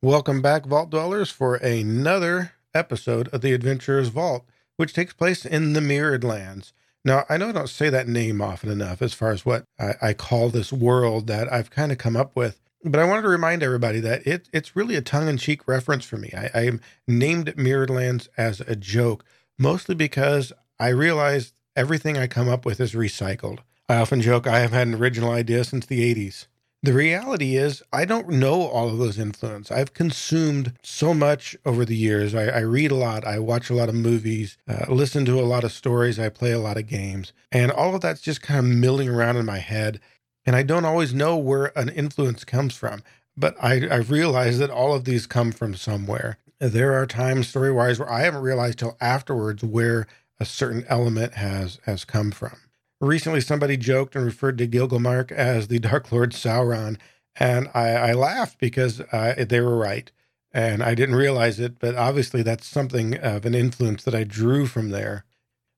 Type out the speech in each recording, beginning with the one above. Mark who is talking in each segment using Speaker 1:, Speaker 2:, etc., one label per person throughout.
Speaker 1: Welcome back, Vault Dwellers, for another episode of The Adventurer's Vault, which takes place in the Mirrored Lands. Now, I know I don't say that name often enough as far as what I, I call this world that I've kind of come up with, but I wanted to remind everybody that it, it's really a tongue in cheek reference for me. I, I named it Mirrored Lands as a joke, mostly because I realized everything I come up with is recycled. I often joke I have had an original idea since the 80s. The reality is, I don't know all of those influences. I've consumed so much over the years. I, I read a lot, I watch a lot of movies, uh, listen to a lot of stories, I play a lot of games, and all of that's just kind of milling around in my head. And I don't always know where an influence comes from, but I, I realize that all of these come from somewhere. There are times, story wise, where I haven't realized till afterwards where a certain element has has come from. Recently, somebody joked and referred to Gilgamesh as the Dark Lord Sauron, and I, I laughed because uh, they were right, and I didn't realize it. But obviously, that's something of an influence that I drew from there.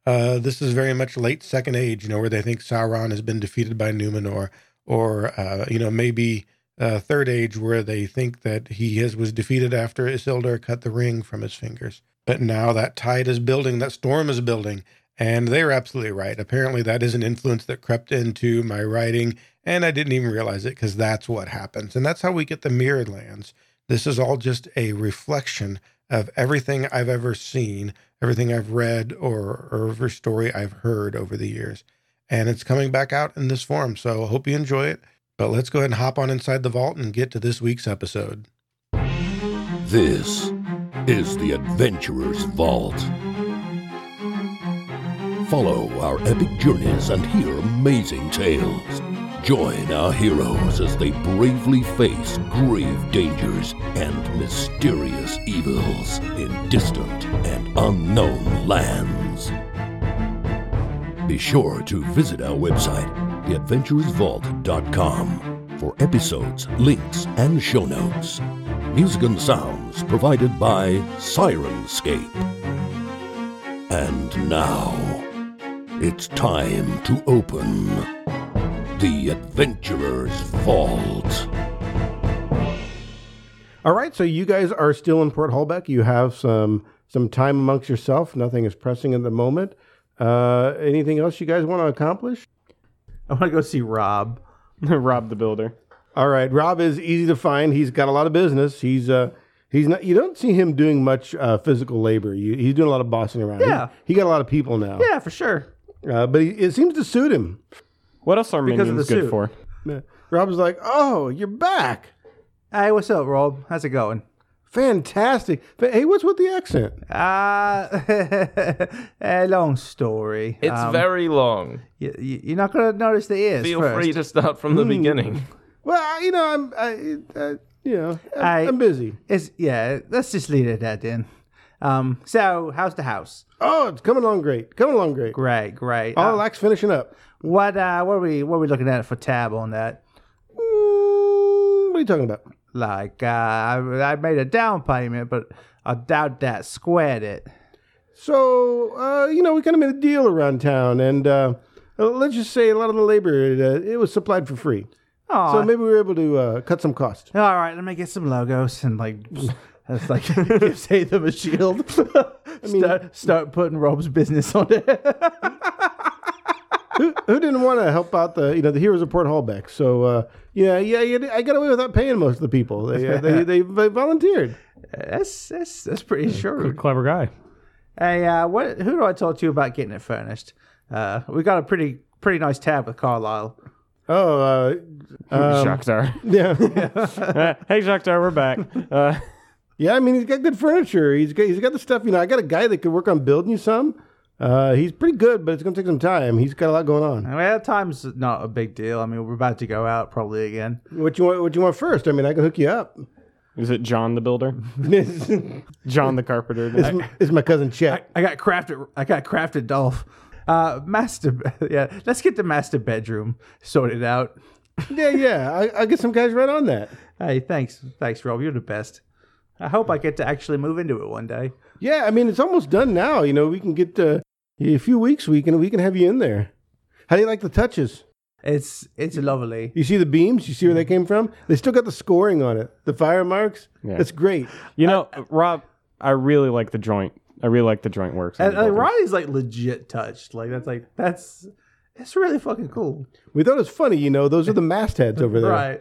Speaker 1: Uh, this is very much late Second Age, you know, where they think Sauron has been defeated by Numenor, or uh, you know, maybe uh, Third Age, where they think that he has, was defeated after Isildur cut the ring from his fingers. But now that tide is building, that storm is building, and they were absolutely right. Apparently, that is an influence that crept into my writing, and I didn't even realize it because that's what happens. And that's how we get the mirrored lands. This is all just a reflection of everything I've ever seen, everything I've read, or, or every story I've heard over the years. And it's coming back out in this form. So I hope you enjoy it. But let's go ahead and hop on inside the vault and get to this week's episode.
Speaker 2: This is the Adventurer's Vault. Follow our epic journeys and hear amazing tales. Join our heroes as they bravely face grave dangers and mysterious evils in distant and unknown lands. Be sure to visit our website, theadventurousvault.com, for episodes, links, and show notes. Music and sounds provided by Sirenscape. And now, it's time to open the Adventurer's Vault.
Speaker 3: All right, so you guys are still in Port Holbeck. You have some some time amongst yourself. Nothing is pressing at the moment. Uh, anything else you guys want to accomplish?
Speaker 4: I want to go see Rob. Rob the Builder.
Speaker 3: All right, Rob is easy to find. He's got a lot of business. He's uh he's not. You don't see him doing much uh, physical labor. You, he's doing a lot of bossing around. He-
Speaker 4: Yeah.
Speaker 3: he, got a lot of people now.
Speaker 4: Yeah, for sure.
Speaker 3: uh, but he, it seems to suit him.
Speaker 5: What else are
Speaker 4: Because of
Speaker 5: minions
Speaker 4: the
Speaker 5: good
Speaker 4: suit.
Speaker 5: for?
Speaker 3: Uh, Rob's like, oh, you're back.
Speaker 4: Hey, what's up, Rob? How's it going?
Speaker 3: Fantastic. Fa- Hey, what's with the accent?
Speaker 4: Uh, a long story.
Speaker 5: It's
Speaker 4: Um,
Speaker 5: very long.
Speaker 4: y- y- you're not going to notice the ears.
Speaker 5: Feel
Speaker 4: first.
Speaker 5: free to start from
Speaker 4: Hmm.
Speaker 5: the beginning.
Speaker 3: Well, I- you know, I'm, I, I you know, I'm,
Speaker 4: I-
Speaker 3: I'm busy.
Speaker 4: It's, yeah, let's just leave it at that then. Um, so, how's the house?
Speaker 3: Oh, it's coming along great. Coming along great.
Speaker 4: Great, great.
Speaker 3: All
Speaker 4: Uh,
Speaker 3: Lacks finishing up.
Speaker 4: what, uh, what, are we, what are we looking at for tab on that?
Speaker 3: Mm, what are you talking about?
Speaker 4: Like, uh, I, I made a down payment, but I doubt that squared it.
Speaker 3: So, uh, you know, we kind of made a deal around town, and uh, uh, let's just say a lot of the labor it, uh, it was supplied for free.
Speaker 4: Aw,
Speaker 3: So maybe we were able to uh, cut some cost.
Speaker 4: All right, let me get some logos and like, that's like give say them a shield. start, start putting Rob's business on it.
Speaker 3: who, who didn't want to help out the you know the heroes of Port Hallbeck? So uh, yeah, yeah, yeah, I got away without paying most of the people. They uh, they, they, they volunteered.
Speaker 4: that's that's that's pretty sure.
Speaker 5: Clever guy.
Speaker 4: Hey, uh, what? Who do I talk to about getting it furnished? Uh, we got a pretty pretty nice tab with Carlisle.
Speaker 3: Oh uh,
Speaker 4: Um,
Speaker 5: Shakhtar.
Speaker 3: yeah,
Speaker 5: hey, Shakhtar, we're back. Uh,
Speaker 3: yeah. I mean, he's got good furniture. He's got he's got the stuff. You know, I got a guy that could work on building you some. Uh, he's pretty good, but it's gonna take some time. He's got a lot going on.
Speaker 4: Well, time's not a big deal. I mean, we're about to go out probably again.
Speaker 3: What you want? What you want first? I mean, I can hook you up.
Speaker 5: is it John the Builder?
Speaker 3: it's,
Speaker 5: John the Carpenter?
Speaker 3: it's my- it's my cousin Chet.
Speaker 4: I got crafted. I got crafted Dolph. Uh, master. Yeah, let's get the master bedroom sorted out.
Speaker 3: Yeah, yeah. I, I'll get some guys right on that.
Speaker 4: Hey, thanks, thanks, Rob. You're the best. I hope I get to actually move into it one day.
Speaker 3: Yeah, I mean it's almost done now. You know, we can get uh, a few weeks. We can we can have you in there. How do you like the touches?
Speaker 4: It's it's lovely.
Speaker 3: You see the beams? You see where they came from? They still got the scoring on it. The fire marks.
Speaker 5: Yeah.
Speaker 3: That's great.
Speaker 5: You know, Rob, I really like the joint. I really like the joint works. on
Speaker 4: And uh,
Speaker 5: the
Speaker 4: like,
Speaker 5: building.
Speaker 4: Ronnie's like legit touched. Like that's like that's it's really fucking cool.
Speaker 3: We thought it was funny. You know, those are the mastheads over there.
Speaker 4: Right.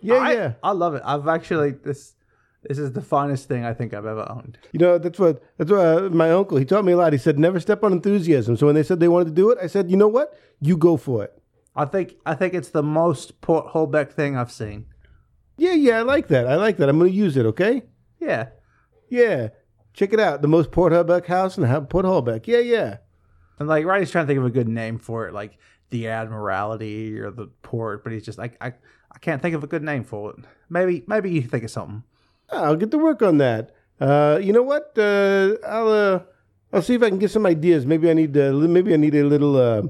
Speaker 3: Yeah,
Speaker 4: I,
Speaker 3: yeah.
Speaker 4: I love it. I've actually this this is the finest thing I think I've ever owned.
Speaker 3: You know, that's what that's what uh, my uncle. He taught me a lot. He said, "Never step on enthusiasm." So when they said they wanted to do it, I said, "You know what? You go for it."
Speaker 4: I think I think it's the most Port Holbeck thing I've seen.
Speaker 3: Yeah, yeah, I like that. I like that. I'm going to use it. Okay.
Speaker 4: Yeah.
Speaker 3: Yeah. Check it out. The most Port Hallbeck house in Ha- Port Hallbeck. Yeah, yeah.
Speaker 4: And like Ronnie's trying to think of a good name for it, like the Admiralty or the port, but he's just like I I can't think of a good name for it. Maybe maybe you can think of something.
Speaker 3: I'll get to work on that. Uh, you know what? Uh, I'll uh, I'll see if I can get some ideas. Maybe I need uh, li- maybe I need a little uh,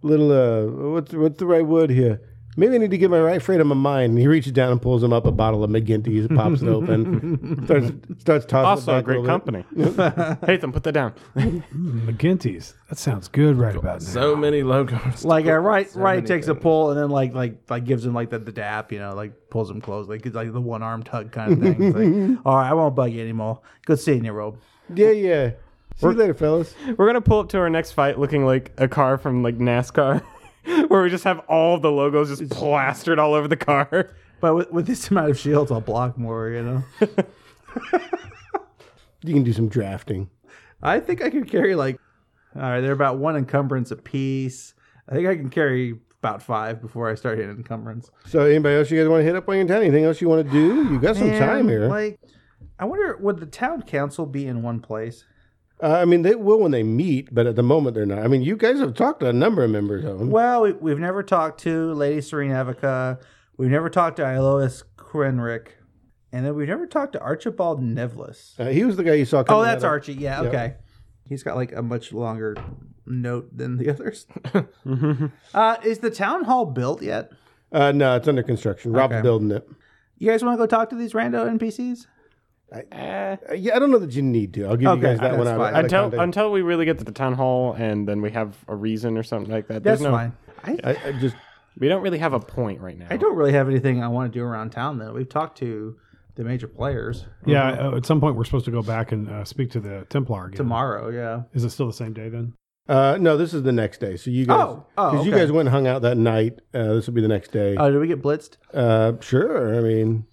Speaker 3: little uh, what's what's the right word here? Maybe I need to get my right friend on my mind. And he reaches down and pulls him up a bottle of McGinty's, pops it open, starts starts tossing. it
Speaker 5: Also,
Speaker 3: back
Speaker 5: a great
Speaker 3: little bit.
Speaker 5: company. Haytham, put that down.
Speaker 6: McGinty's. That sounds good right about now.
Speaker 7: So many logos.
Speaker 4: Like uh, right right
Speaker 7: many
Speaker 4: takes a pull and then like like like gives him like the, the dap, you know, like pulls him close, like it's like the one arm tug kind of thing. It's like, all right, I won't bug you anymore. Good seeing you, Rob.
Speaker 3: Yeah, yeah. See you later, fellas.
Speaker 5: We're gonna pull up to our next fight looking like a car from like NASCAR, where we just have all the logos just plastered all over the car.
Speaker 4: But with, with this amount of shields, I'll block more, you know.
Speaker 3: You can do some drafting.
Speaker 4: I think I can carry like, all right, they're about one encumbrance apiece. I think I can carry about five before I start hitting encumbrance.
Speaker 3: So, anybody else you guys want to hit up while you're in town? Anything else you want to do? You got some
Speaker 4: And,
Speaker 3: time here.
Speaker 4: Like, I wonder would the town council be in one place?
Speaker 3: Uh, I mean, they will when they meet, but at the moment they're not. I mean, you guys have talked to a number of members of them.
Speaker 4: Well, we, we've never talked to Lady Serena Evica. We've never talked to Ilois Krenrick. And then we've never talked to Archibald Nevlis.
Speaker 3: Uh, he was the guy you saw.
Speaker 4: Oh,
Speaker 3: coming
Speaker 4: that's
Speaker 3: out of-
Speaker 4: Archie. Yeah, okay. He's got like a much longer note than the others. uh, is the town hall built yet?
Speaker 3: Uh, no, it's under construction. Rob's
Speaker 4: Okay.
Speaker 3: building it.
Speaker 4: You guys want to go talk to these rando NPCs?
Speaker 3: Uh, yeah, I don't know that you need to. I'll give
Speaker 4: Okay,
Speaker 3: you guys that
Speaker 4: that's
Speaker 3: one. Out,
Speaker 4: fine.
Speaker 3: out of
Speaker 5: Until
Speaker 3: context.
Speaker 5: until we really get to the town hall and then we have a reason or something like that.
Speaker 4: That's
Speaker 5: There's no,
Speaker 4: fine. I,
Speaker 3: I, I just
Speaker 5: We don't really have a point right now.
Speaker 4: I don't really have anything I want to do around town though. We've talked to the major players
Speaker 6: Yeah, uh, at some point we're supposed to go back and uh, speak to the Templar again.
Speaker 4: tomorrow. Yeah.
Speaker 6: Is it still the same day then?
Speaker 3: uh, no. This is the next day. So you guys,
Speaker 4: Oh, oh,
Speaker 3: you
Speaker 4: okay.
Speaker 3: guys went and hung out that night. Uh, this will be the next day.
Speaker 4: Oh, did we get blitzed?
Speaker 3: Uh, sure. I mean,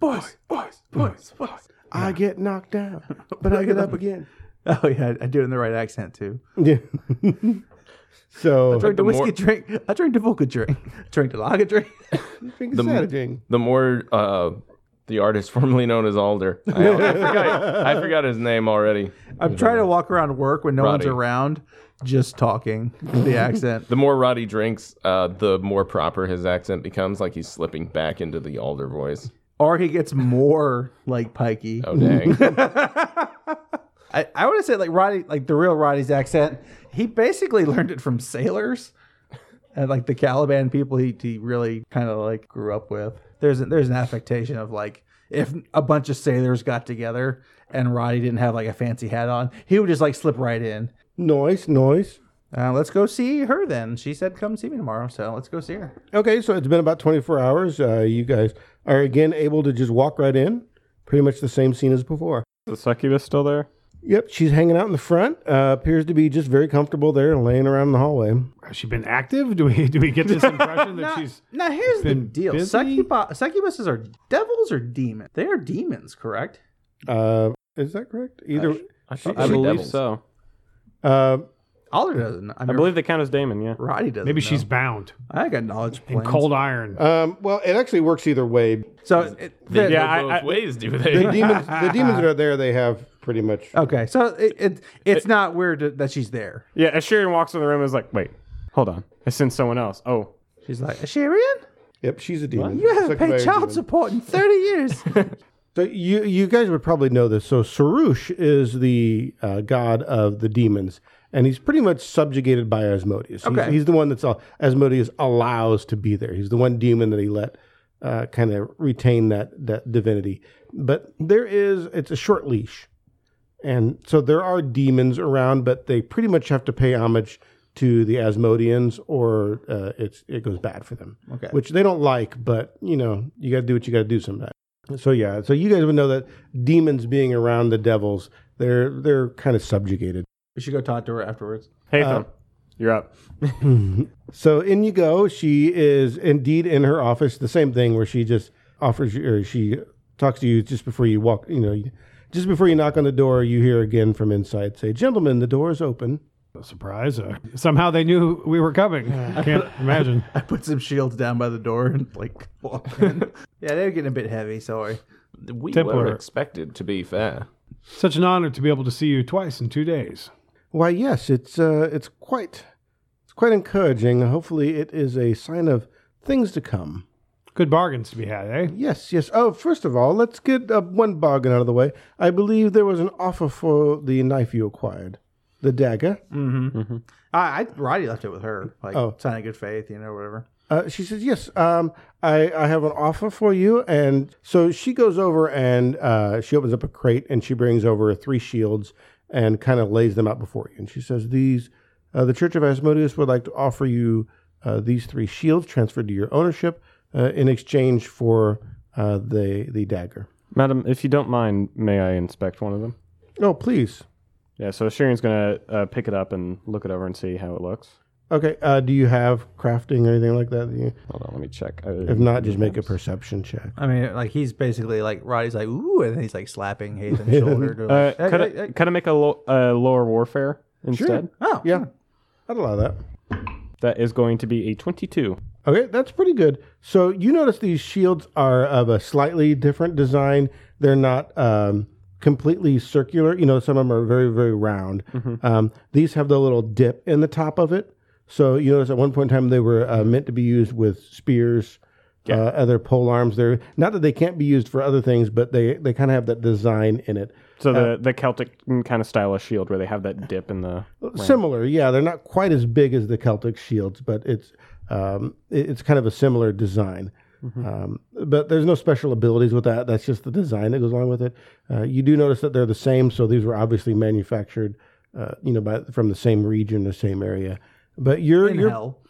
Speaker 3: boys, boys, boys, boys, boys. I get knocked down, but I get up again.
Speaker 4: Oh yeah, I do it in the right accent too.
Speaker 3: Yeah. so
Speaker 4: Drink the
Speaker 7: the
Speaker 4: whiskey
Speaker 7: more-
Speaker 4: drink. I drink the vodka drink. Drink the lager drink.
Speaker 3: drink
Speaker 7: the-
Speaker 3: Saturday.
Speaker 7: The more uh, the artist formerly known as Alder. I, I forgot, I forgot his name already.
Speaker 4: I'm trying to walk around work when no one's
Speaker 7: Roddy.
Speaker 4: around, just talking the accent.
Speaker 7: The more Roddy drinks, uh, the more proper his accent becomes. Like he's slipping back into the Alder voice.
Speaker 4: Or he gets more like pikey.
Speaker 7: Oh dang!
Speaker 4: I, I want to say like Roddy, like the real Roddy's accent. He basically learned it from sailors and like the Caliban people he, he really kind of like grew up with. There's a, there's an affectation of like if a bunch of sailors got together and Roddy didn't have like a fancy hat on, he would just like slip right in.
Speaker 3: Noise, noise.
Speaker 4: Uh, let's go see her then. She said come see me tomorrow, so let's go see her.
Speaker 3: Okay, so it's been about 24 hours. Uh, you guys are again able to just walk right in. Pretty much the same scene as before.
Speaker 5: The succubus still there?
Speaker 3: Yep, she's hanging out in the front. Uh, appears to be just very comfortable there and laying around in the hallway.
Speaker 6: Has she been active? Do we do we get this impression that
Speaker 4: Now,
Speaker 6: she's
Speaker 4: now here's the
Speaker 6: been
Speaker 4: deal:
Speaker 6: busy?
Speaker 4: Succubi- succubuses are devils or demons. They are demons, correct?
Speaker 3: Uh, is that correct? Either.
Speaker 7: I, thought
Speaker 5: I
Speaker 7: they were
Speaker 5: believe
Speaker 7: devils.
Speaker 5: so.
Speaker 3: Uh,
Speaker 4: Alder doesn't. I,
Speaker 5: I
Speaker 4: mean,
Speaker 5: believe they count as Damon. Yeah.
Speaker 4: Roddy doesn't.
Speaker 6: maybe
Speaker 4: know.
Speaker 6: she's bound
Speaker 4: I got knowledge
Speaker 6: in
Speaker 4: planes.
Speaker 6: cold iron?
Speaker 3: um, well, it actually works either way.
Speaker 4: So it,
Speaker 7: They
Speaker 4: the-
Speaker 7: go
Speaker 5: Yeah, I-
Speaker 7: both
Speaker 5: I-
Speaker 7: ways, do
Speaker 3: The
Speaker 7: they?
Speaker 3: demons, the demons that are there, they have pretty much.
Speaker 4: okay, so it, it it's not weird that- that she's there.
Speaker 5: Yeah. Assyrian walks in the room and is like, wait, hold on. I sent someone else. Oh.
Speaker 4: She's like, Shirian,
Speaker 3: Yep, she's a demon.
Speaker 4: you haven't
Speaker 3: Succubus
Speaker 4: paid
Speaker 3: is a
Speaker 4: child
Speaker 3: demon.
Speaker 4: support in thirty years.
Speaker 3: So you you guys would probably know this. So Sarush is the uh, god of the demons, and he's pretty much subjugated by Asmodeus. He's,
Speaker 4: Okay.
Speaker 3: he's the one that's all, Asmodeus allows to be there. He's the one demon that he let uh, kind of retain that that divinity. But there is it's a short leash, and so there are demons around, but they pretty much have to pay homage to the Asmodians, or uh, it's it goes bad for them.
Speaker 4: Okay.
Speaker 3: which they don't like, but you know you got to do what you got to do sometimes. So yeah, so you guys would know that demons being around the devils, they're they're kind of subjugated.
Speaker 4: We should go talk to her afterwards.
Speaker 5: Hey,
Speaker 3: Uh,
Speaker 5: Thumb, you're up.
Speaker 3: So in you go. She is indeed in her office. The same thing where she just offers you, or she talks to you just before you walk. You know, you- just before you knock on the door, you hear again from inside say, "Gentlemen, the door is open."
Speaker 6: Surprise. Uh, somehow they knew we were coming. Can't imagine.
Speaker 4: I put some shields down by the door and like walk in. yeah, they're getting a bit heavy. Sorry.
Speaker 7: We
Speaker 6: Templar.
Speaker 7: were expected, to be fair.
Speaker 6: Such an honor to be able to see you twice in two days.
Speaker 3: Why, yes, it's uh, it's quite it's quite encouraging. Hopefully, it is a sign of things to come.
Speaker 6: Good bargains to be had, eh?
Speaker 3: Yes, yes. Oh, first of all, let's get uh, one bargain out of the way. I believe there was an offer for the knife you acquired, the dagger.
Speaker 4: I, I Roddy left it with her. Like
Speaker 3: Oh.
Speaker 4: sign of good faith, you know, whatever.
Speaker 3: Uh, she says, "Yes, um, I, I have an offer for you." And so she goes over and uh, she opens up a crate and she brings over three shields and kind of lays them out before you. And she says, "These, uh, the Church of Asmodeus would like to offer you uh, these three shields transferred to your ownership uh, in exchange for uh, the the dagger."
Speaker 5: Madam, if you don't mind, may I inspect one of them?
Speaker 3: Oh, please.
Speaker 5: Yeah, so Sharon's going to uh, pick it up and look it over and see how it looks.
Speaker 3: Okay. Uh, do you have crafting or anything like that? that you-
Speaker 5: Hold on, let me check.
Speaker 3: If not, just make a perception check.
Speaker 4: I mean, like he's basically like Roddy's like ooh, and then he's like slapping Hathan's shoulder. To,
Speaker 5: Uh,
Speaker 4: like, hey,
Speaker 5: could,
Speaker 4: hey,
Speaker 5: I,
Speaker 4: hey.
Speaker 5: could I make a lo- uh, lower warfare instead?
Speaker 4: Oh
Speaker 3: Yeah, I'd allow that.
Speaker 5: That is going to be a 22.
Speaker 3: Okay, that's pretty good. So you notice these shields are of a slightly different design. They're not um, completely circular. You know, some of them are very, very round. Um, these have the little dip in the top of it. So you notice at one point in time they were uh, meant to be used with spears, uh, other pole arms. They're not that they can't be used for other things, but they they kind of have that design in it.
Speaker 5: So the, the Celtic kind of style of shield where they have that dip in the.
Speaker 3: Similar, yeah. They're not quite as big as the Celtic shields, but it's um, it- it's kind of a similar design. Um, but there's no special abilities with that. That's just the design that goes along with it. Uh, you do notice that they're the same, so these were obviously manufactured, uh, you know, by, from the same region, the same area. But you're
Speaker 4: in
Speaker 3: you're
Speaker 4: hell.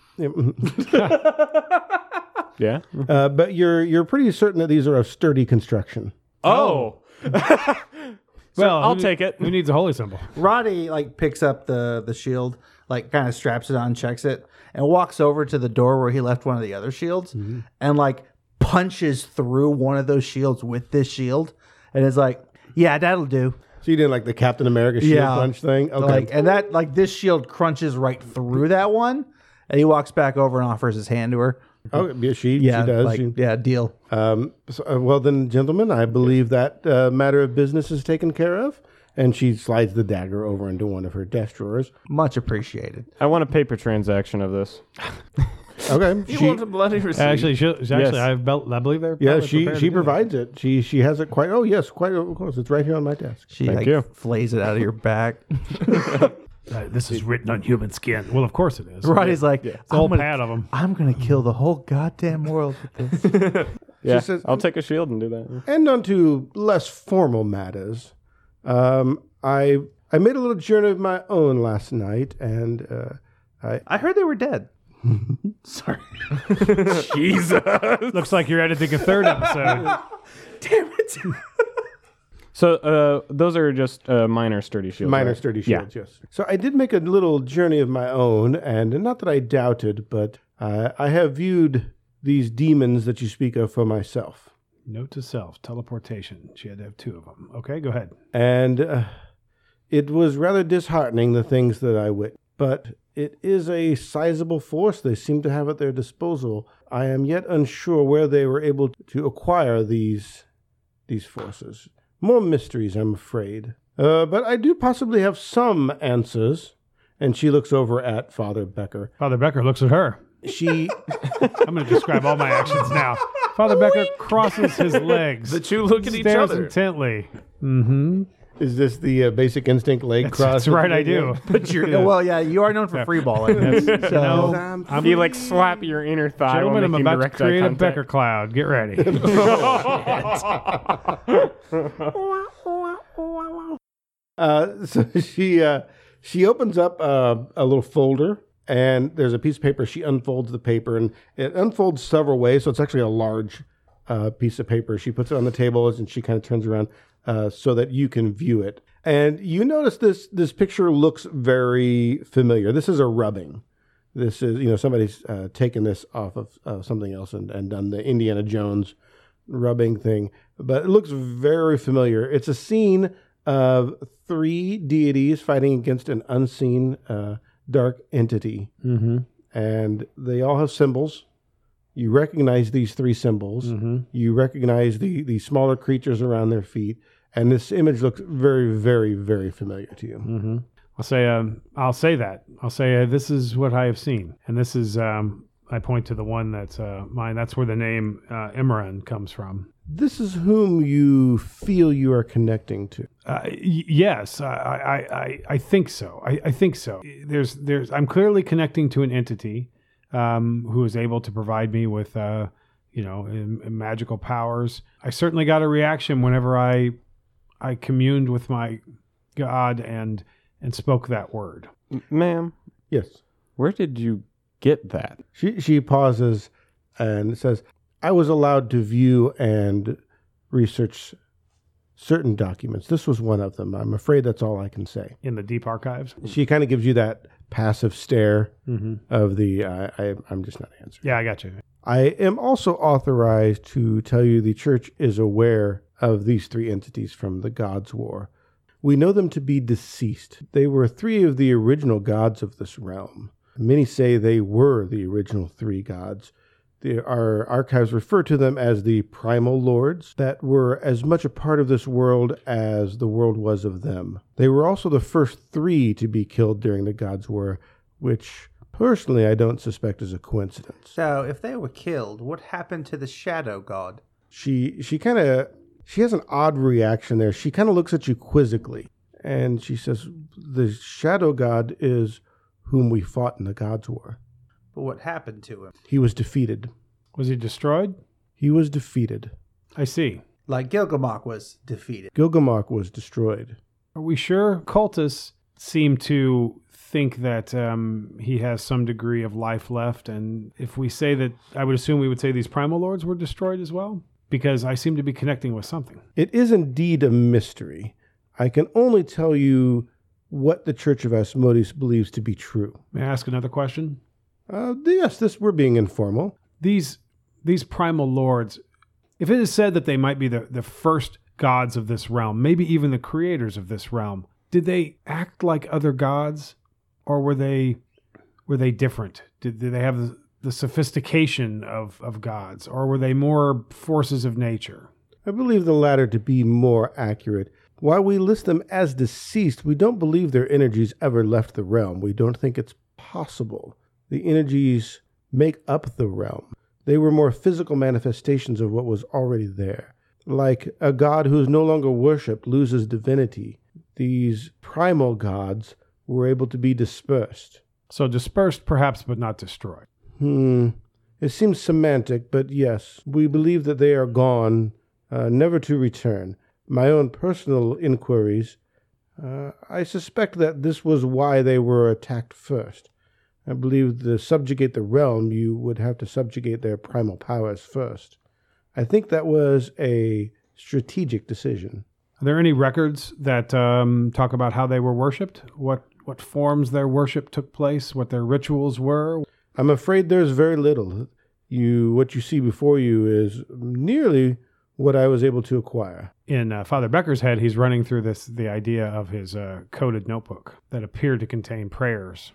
Speaker 5: Yeah?
Speaker 3: uh, but you're you're pretty certain that these are of sturdy construction.
Speaker 5: Oh!
Speaker 6: Well,
Speaker 5: I'll
Speaker 6: who-
Speaker 5: take it.
Speaker 6: Who needs a holy symbol?
Speaker 4: Roddy like picks up the the shield, like kind of straps it on, checks it, and walks over to the door where he left one of the other shields, and like punches through one of those shields with this shield, and is like, "Yeah, that'll do."
Speaker 3: So you did like the Captain America shield
Speaker 4: Yeah.
Speaker 3: punch thing. Okay,
Speaker 4: Like, and that like this shield crunches right through that one, and he walks back over and offers his hand to her.
Speaker 3: oh, yeah, she
Speaker 4: Yeah,
Speaker 3: she does.
Speaker 4: like,
Speaker 3: She-
Speaker 4: yeah, deal.
Speaker 3: Um, so, uh, well, then, gentlemen, I believe that uh, matter of business is taken care of. And she slides the dagger over into one of her desk drawers.
Speaker 4: Much appreciated.
Speaker 5: I want a paper transaction of this.
Speaker 3: Okay,
Speaker 7: You
Speaker 3: she,
Speaker 7: want a bloody receipt?
Speaker 6: Actually, she, actually,
Speaker 5: Yes.
Speaker 6: I, bel I believe they're.
Speaker 3: yeah,
Speaker 6: probably
Speaker 3: she
Speaker 6: prepared to
Speaker 3: she
Speaker 6: do that.
Speaker 3: provides it. She she has it quite. Oh yes, quite of course. It's right here on my desk.
Speaker 4: She like
Speaker 5: you.
Speaker 4: flays it out of your back.
Speaker 6: Uh, this is written on human skin. Well, of course it is.
Speaker 4: Roddy's like,
Speaker 6: It's a
Speaker 4: I'm
Speaker 6: whole
Speaker 4: gonna,
Speaker 6: pad of them.
Speaker 4: I'm gonna kill the whole goddamn world with this.
Speaker 5: Yeah,
Speaker 3: says-
Speaker 5: I'll take a shield and do that.
Speaker 3: And on to less formal matters. Um, I I made a little journey of my own last night, and uh,
Speaker 4: I heard they were dead. Sorry.
Speaker 3: Eh.
Speaker 6: Looks like you're editing a third episode.
Speaker 4: Damn it.
Speaker 5: So uh, those are just uh, minor sturdy shields.
Speaker 3: Minor
Speaker 5: right?
Speaker 3: sturdy
Speaker 5: Yeah.
Speaker 3: shields, yes. So I did make a little journey of my own, and not that I doubted, but uh, I have viewed these demons that you speak of for myself.
Speaker 6: Note to self: teleportation. She had to have two of them. Okay, go ahead.
Speaker 3: And uh, it was rather disheartening, the things that I witnessed. But it is a sizable force they seem to have at their disposal. I am yet unsure where they were able to acquire these these forces. More mysteries, I'm afraid. Uh, but I do possibly have some answers. And she looks over at Father Becker.
Speaker 6: Father Becker looks at her.
Speaker 3: She
Speaker 6: I'm going to describe all my actions now. Father Becker crosses his legs.
Speaker 7: the two look at each
Speaker 6: stares
Speaker 7: other.
Speaker 6: intently. Mm-hmm.
Speaker 3: is this the uh, Basic Instinct leg cross?
Speaker 6: That's right, I do.
Speaker 4: But you're well, yeah, you are known for free balling. so
Speaker 3: Um,
Speaker 6: I'm
Speaker 5: You like slap your inner thigh. while
Speaker 6: Gentlemen, I'm
Speaker 5: making
Speaker 6: about to
Speaker 5: direct eye
Speaker 6: create a
Speaker 5: contact.
Speaker 6: Becker cloud. Get ready. Mm-hmm,
Speaker 3: Uh, so she uh, she opens up uh, a little folder and there's a piece of paper. She unfolds the paper, and it unfolds several ways. So it's actually a large uh, piece of paper. She puts it on the table, and she kind of turns around uh, so that you can view it. And you notice this this picture looks very familiar. This is a rubbing. This is you know somebody's uh, taken this off of uh, something else and, and done the Indiana Jones rubbing thing, but it looks very familiar. It's a scene of three deities fighting against an unseen uh, dark entity,
Speaker 6: Mm-hmm.
Speaker 3: and they all have symbols. You recognize these three symbols.
Speaker 6: Mm-hmm.
Speaker 3: You recognize the the smaller creatures around their feet, and this image looks very, very, very familiar to you.
Speaker 6: Mm-hmm. I'll say, um, I'll say that. I'll say uh, this is what I have seen, and this is. Um, I point to the one that's uh, mine. That's where the name uh, Imran comes from.
Speaker 3: This is whom you feel you are connecting to.
Speaker 6: Uh, y- yes, I, I, I, I think so. I, I think so. There's, there's. I'm clearly connecting to an entity um, who is able to provide me with, uh, you know, im- magical powers. I certainly got a reaction whenever I, I communed with my God and and spoke that word.
Speaker 5: ma'am,
Speaker 3: Yes.
Speaker 5: where did you get that?
Speaker 3: She she pauses and says, "I was allowed to view and research certain documents. This was one of them. I'm afraid that's all I can say."
Speaker 6: in the deep archives.
Speaker 3: She kind of gives you that passive stare
Speaker 6: Mm-hmm.
Speaker 3: of the I, I I'm just not answering.
Speaker 6: Yeah, I got you.
Speaker 3: I am also authorized to tell you the church is aware of these three entities from the God's War. We know them to be deceased. They were three of the original gods of this realm. Many say they were the original three gods. The, our archives refer to them as the primal lords that were as much a part of this world as the world was of them. They were also the first three to be killed during the God's War, which personally I don't suspect is a coincidence.
Speaker 4: So, if they were killed, what happened to the shadow god?
Speaker 3: she she kind of she has an odd reaction there. She kind of looks at you quizzically, and she says, "The shadow god is whom we fought in the God's War.
Speaker 4: But what happened to him?
Speaker 3: He was defeated.
Speaker 6: Was he destroyed?
Speaker 3: He was defeated.
Speaker 6: I see.
Speaker 4: Like Gilgamesh was defeated.
Speaker 3: Gilgamesh was destroyed.
Speaker 6: Are we sure? Cultists seem to think that um, he has some degree of life left, and if we say that, I would assume we would say these primal lords were destroyed as well, because I seem to be connecting with something.
Speaker 3: It is indeed a mystery. I can only tell you what the Church of Asmodeus believes to be true.
Speaker 6: May I ask another question?
Speaker 3: Uh, yes, this we're being informal.
Speaker 6: These these primal lords, if it is said that they might be the, the first gods of this realm, maybe even the creators of this realm, did they act like other gods, or were they were they different? Did, did they have the, the sophistication of, of gods, or were they more forces of nature?
Speaker 3: I believe the latter to be more accurate. While we list them as deceased, we don't believe their energies ever left the realm. We don't think it's possible. The energies make up the realm. They were more physical manifestations of what was already there. Like a god who is no longer worshipped loses divinity, these primal gods were able to be dispersed.
Speaker 6: So dispersed, perhaps, but not destroyed.
Speaker 3: Hmm. It seems semantic, but yes, we believe that they are gone, uh, never to return. My own personal inquiries, uh, I suspect that this was why they were attacked first. I believe to subjugate the realm, you would have to subjugate their primal powers first. I think that was a strategic decision.
Speaker 6: Are there any records that um, talk about how they were worshipped? What what forms their worship took place? What their rituals were?
Speaker 3: I'm afraid there's very little. You, what you see before you is nearly what I was able to acquire.
Speaker 6: in uh, Father Becker's head, he's running through this the idea of his uh, coded notebook that appeared to contain prayers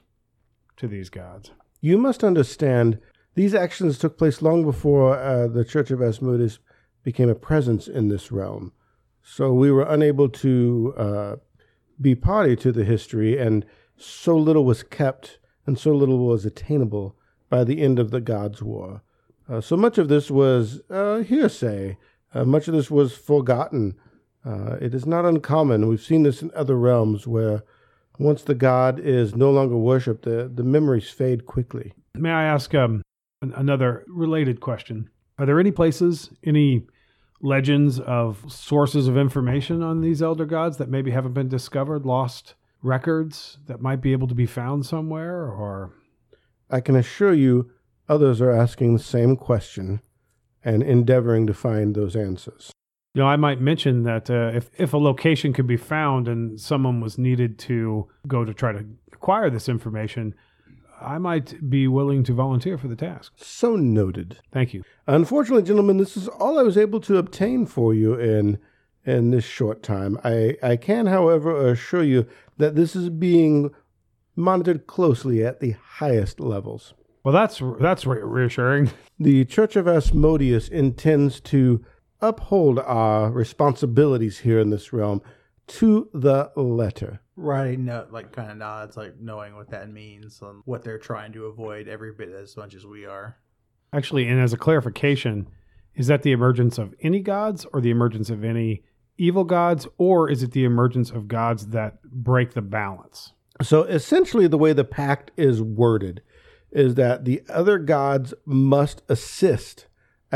Speaker 6: to these gods.
Speaker 3: You must understand, these actions took place long before uh, the Church of Asmodeus became a presence in this realm. So we were unable to uh, be party to the history, and so little was kept and so little was attainable by the end of the Gods' War. Uh, so much of this was uh, hearsay, uh, much of this was forgotten. Uh, it is not uncommon. We've seen this in other realms where once the god is no longer worshipped, the, the memories fade quickly.
Speaker 6: May I ask um, an- another related question? Are there any places, any legends of sources of information on these elder gods that maybe haven't been discovered, lost records that might be able to be found somewhere, or
Speaker 1: I can assure you others are asking the same question and endeavoring to find those answers.
Speaker 6: You know, I might mention that uh, if if a location could be found and someone was needed to go to try to acquire this information, I might be willing to volunteer for the task.
Speaker 1: So noted.
Speaker 6: Thank you.
Speaker 1: Unfortunately, gentlemen, this is all I was able to obtain for you in in this short time. I, I can, however, assure you that this is being monitored closely at the highest levels.
Speaker 6: Well, that's that's re- reassuring.
Speaker 1: The Church of Asmodeus intends to uphold our responsibilities here in this realm to the letter.
Speaker 4: Roddy, no, like kind of nods, like knowing what that means and what they're trying to avoid every bit as much as we are.
Speaker 6: Actually, and as a clarification, is that the emergence of any gods or the emergence of any evil gods, or is it the emergence of gods that break the balance?
Speaker 1: So essentially, the way the pact is worded is that the other gods must assist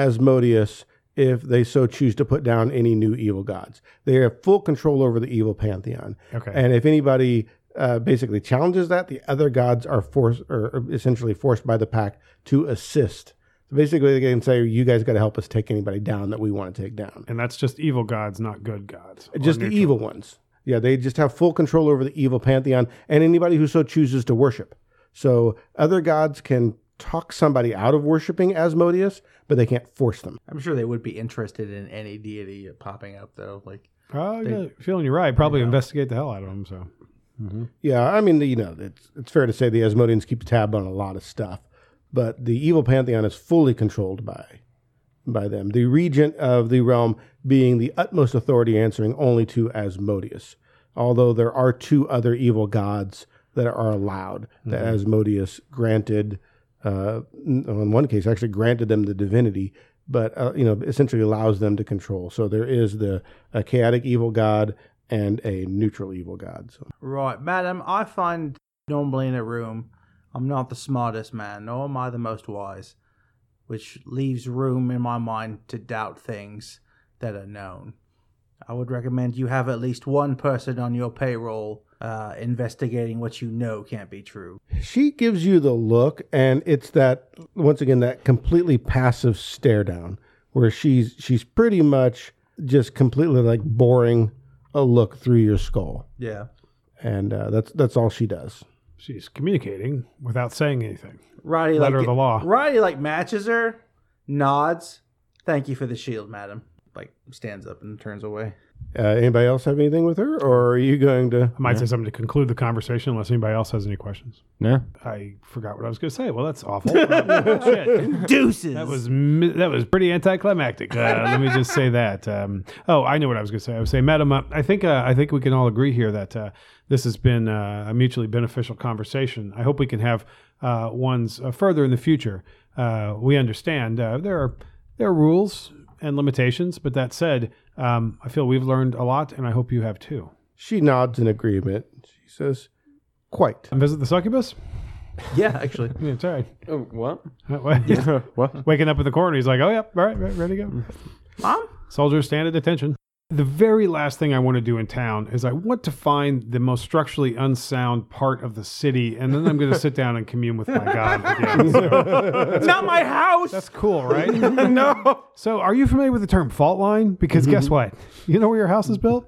Speaker 1: Asmodeus if they so choose to put down any new evil gods. They have full control over the evil pantheon.
Speaker 6: Okay.
Speaker 1: And if anybody uh, basically challenges that, the other gods are forced, or essentially forced by the pact, to assist. So basically, they can say, "You guys got to help us take anybody down that we want to take down."
Speaker 6: and that's just evil gods, not good gods. or
Speaker 1: just the
Speaker 6: neutral.
Speaker 1: evil ones. Yeah, they just have full control over the evil pantheon and anybody who so chooses to worship. So other gods can talk somebody out of worshiping Asmodeus, but they can't force them.
Speaker 4: I'm sure they would be interested in any deity popping up, though. Like,
Speaker 6: Oh,
Speaker 4: They-
Speaker 6: yeah, feeling you're right. Probably
Speaker 4: Yeah.
Speaker 6: investigate the hell out of them. So,
Speaker 1: Yeah, I mean, you know, it's it's fair to say the Asmodeans keep tab on a lot of stuff, but the evil pantheon is fully controlled by by them. The regent of the realm being the utmost authority, answering only to Asmodeus. Although there are two other evil gods that are allowed that Asmodeus granted. Uh, n- in one case, actually granted them the divinity, but uh, you know, essentially allows them to control. So there is the a chaotic evil god and a neutral evil god. So.
Speaker 4: right, madam, I find normally in a room, I'm not the smartest man, nor am I the most wise, which leaves room in my mind to doubt things that are known. I would recommend you have at least one person on your payroll uh, investigating what you know can't be true.
Speaker 1: She gives you the look, and it's that once again that completely passive stare down, where she's she's pretty much just completely like boring a look through your skull,
Speaker 4: Yeah.
Speaker 1: and uh, that's that's all she does.
Speaker 6: she's communicating without saying anything.
Speaker 4: Roddy
Speaker 6: Letter
Speaker 4: like
Speaker 6: of the law.
Speaker 4: Roddy like matches her, nods, thank you for the shield, madam. Like stands up and turns away.
Speaker 1: Uh, anybody else have anything with her, or are you going to?
Speaker 6: I might say something to conclude the conversation, unless anybody else has any questions.
Speaker 5: Yeah.
Speaker 6: I forgot what I was going to say. Well, that's awful. Um, shit.
Speaker 4: Deuces.
Speaker 6: That was mi- that was pretty anticlimactic. Uh, let me just say that. Um, oh, I knew what I was going to say. I would say, Madam, uh, I think uh, I think we can all agree here that uh, this has been uh, a mutually beneficial conversation. I hope we can have uh, ones uh, further in the future. Uh, we understand uh, there are there are rules and limitations, but that said, um, I feel we've learned a lot, and I hope you have too.
Speaker 1: She nods in agreement. She says, "Quite."
Speaker 6: And visit the succubus.
Speaker 4: yeah, actually.
Speaker 6: Yeah, it's all right. Uh,
Speaker 5: Oh, what?
Speaker 6: what? Waking up at the corner, he's like, "Oh yeah, all right, re- ready to
Speaker 4: Mm.
Speaker 6: go."
Speaker 4: Mom?
Speaker 6: Soldiers stand at attention. The very last thing I want to do in town is I want to find the most structurally unsound part of the city, and then I'm going to sit down and commune with my god again. So,
Speaker 4: Not my house.
Speaker 6: that's cool, right? no. So, are you familiar with the term fault line? Because guess
Speaker 4: Mm-hmm.
Speaker 6: what? You know where your house is built.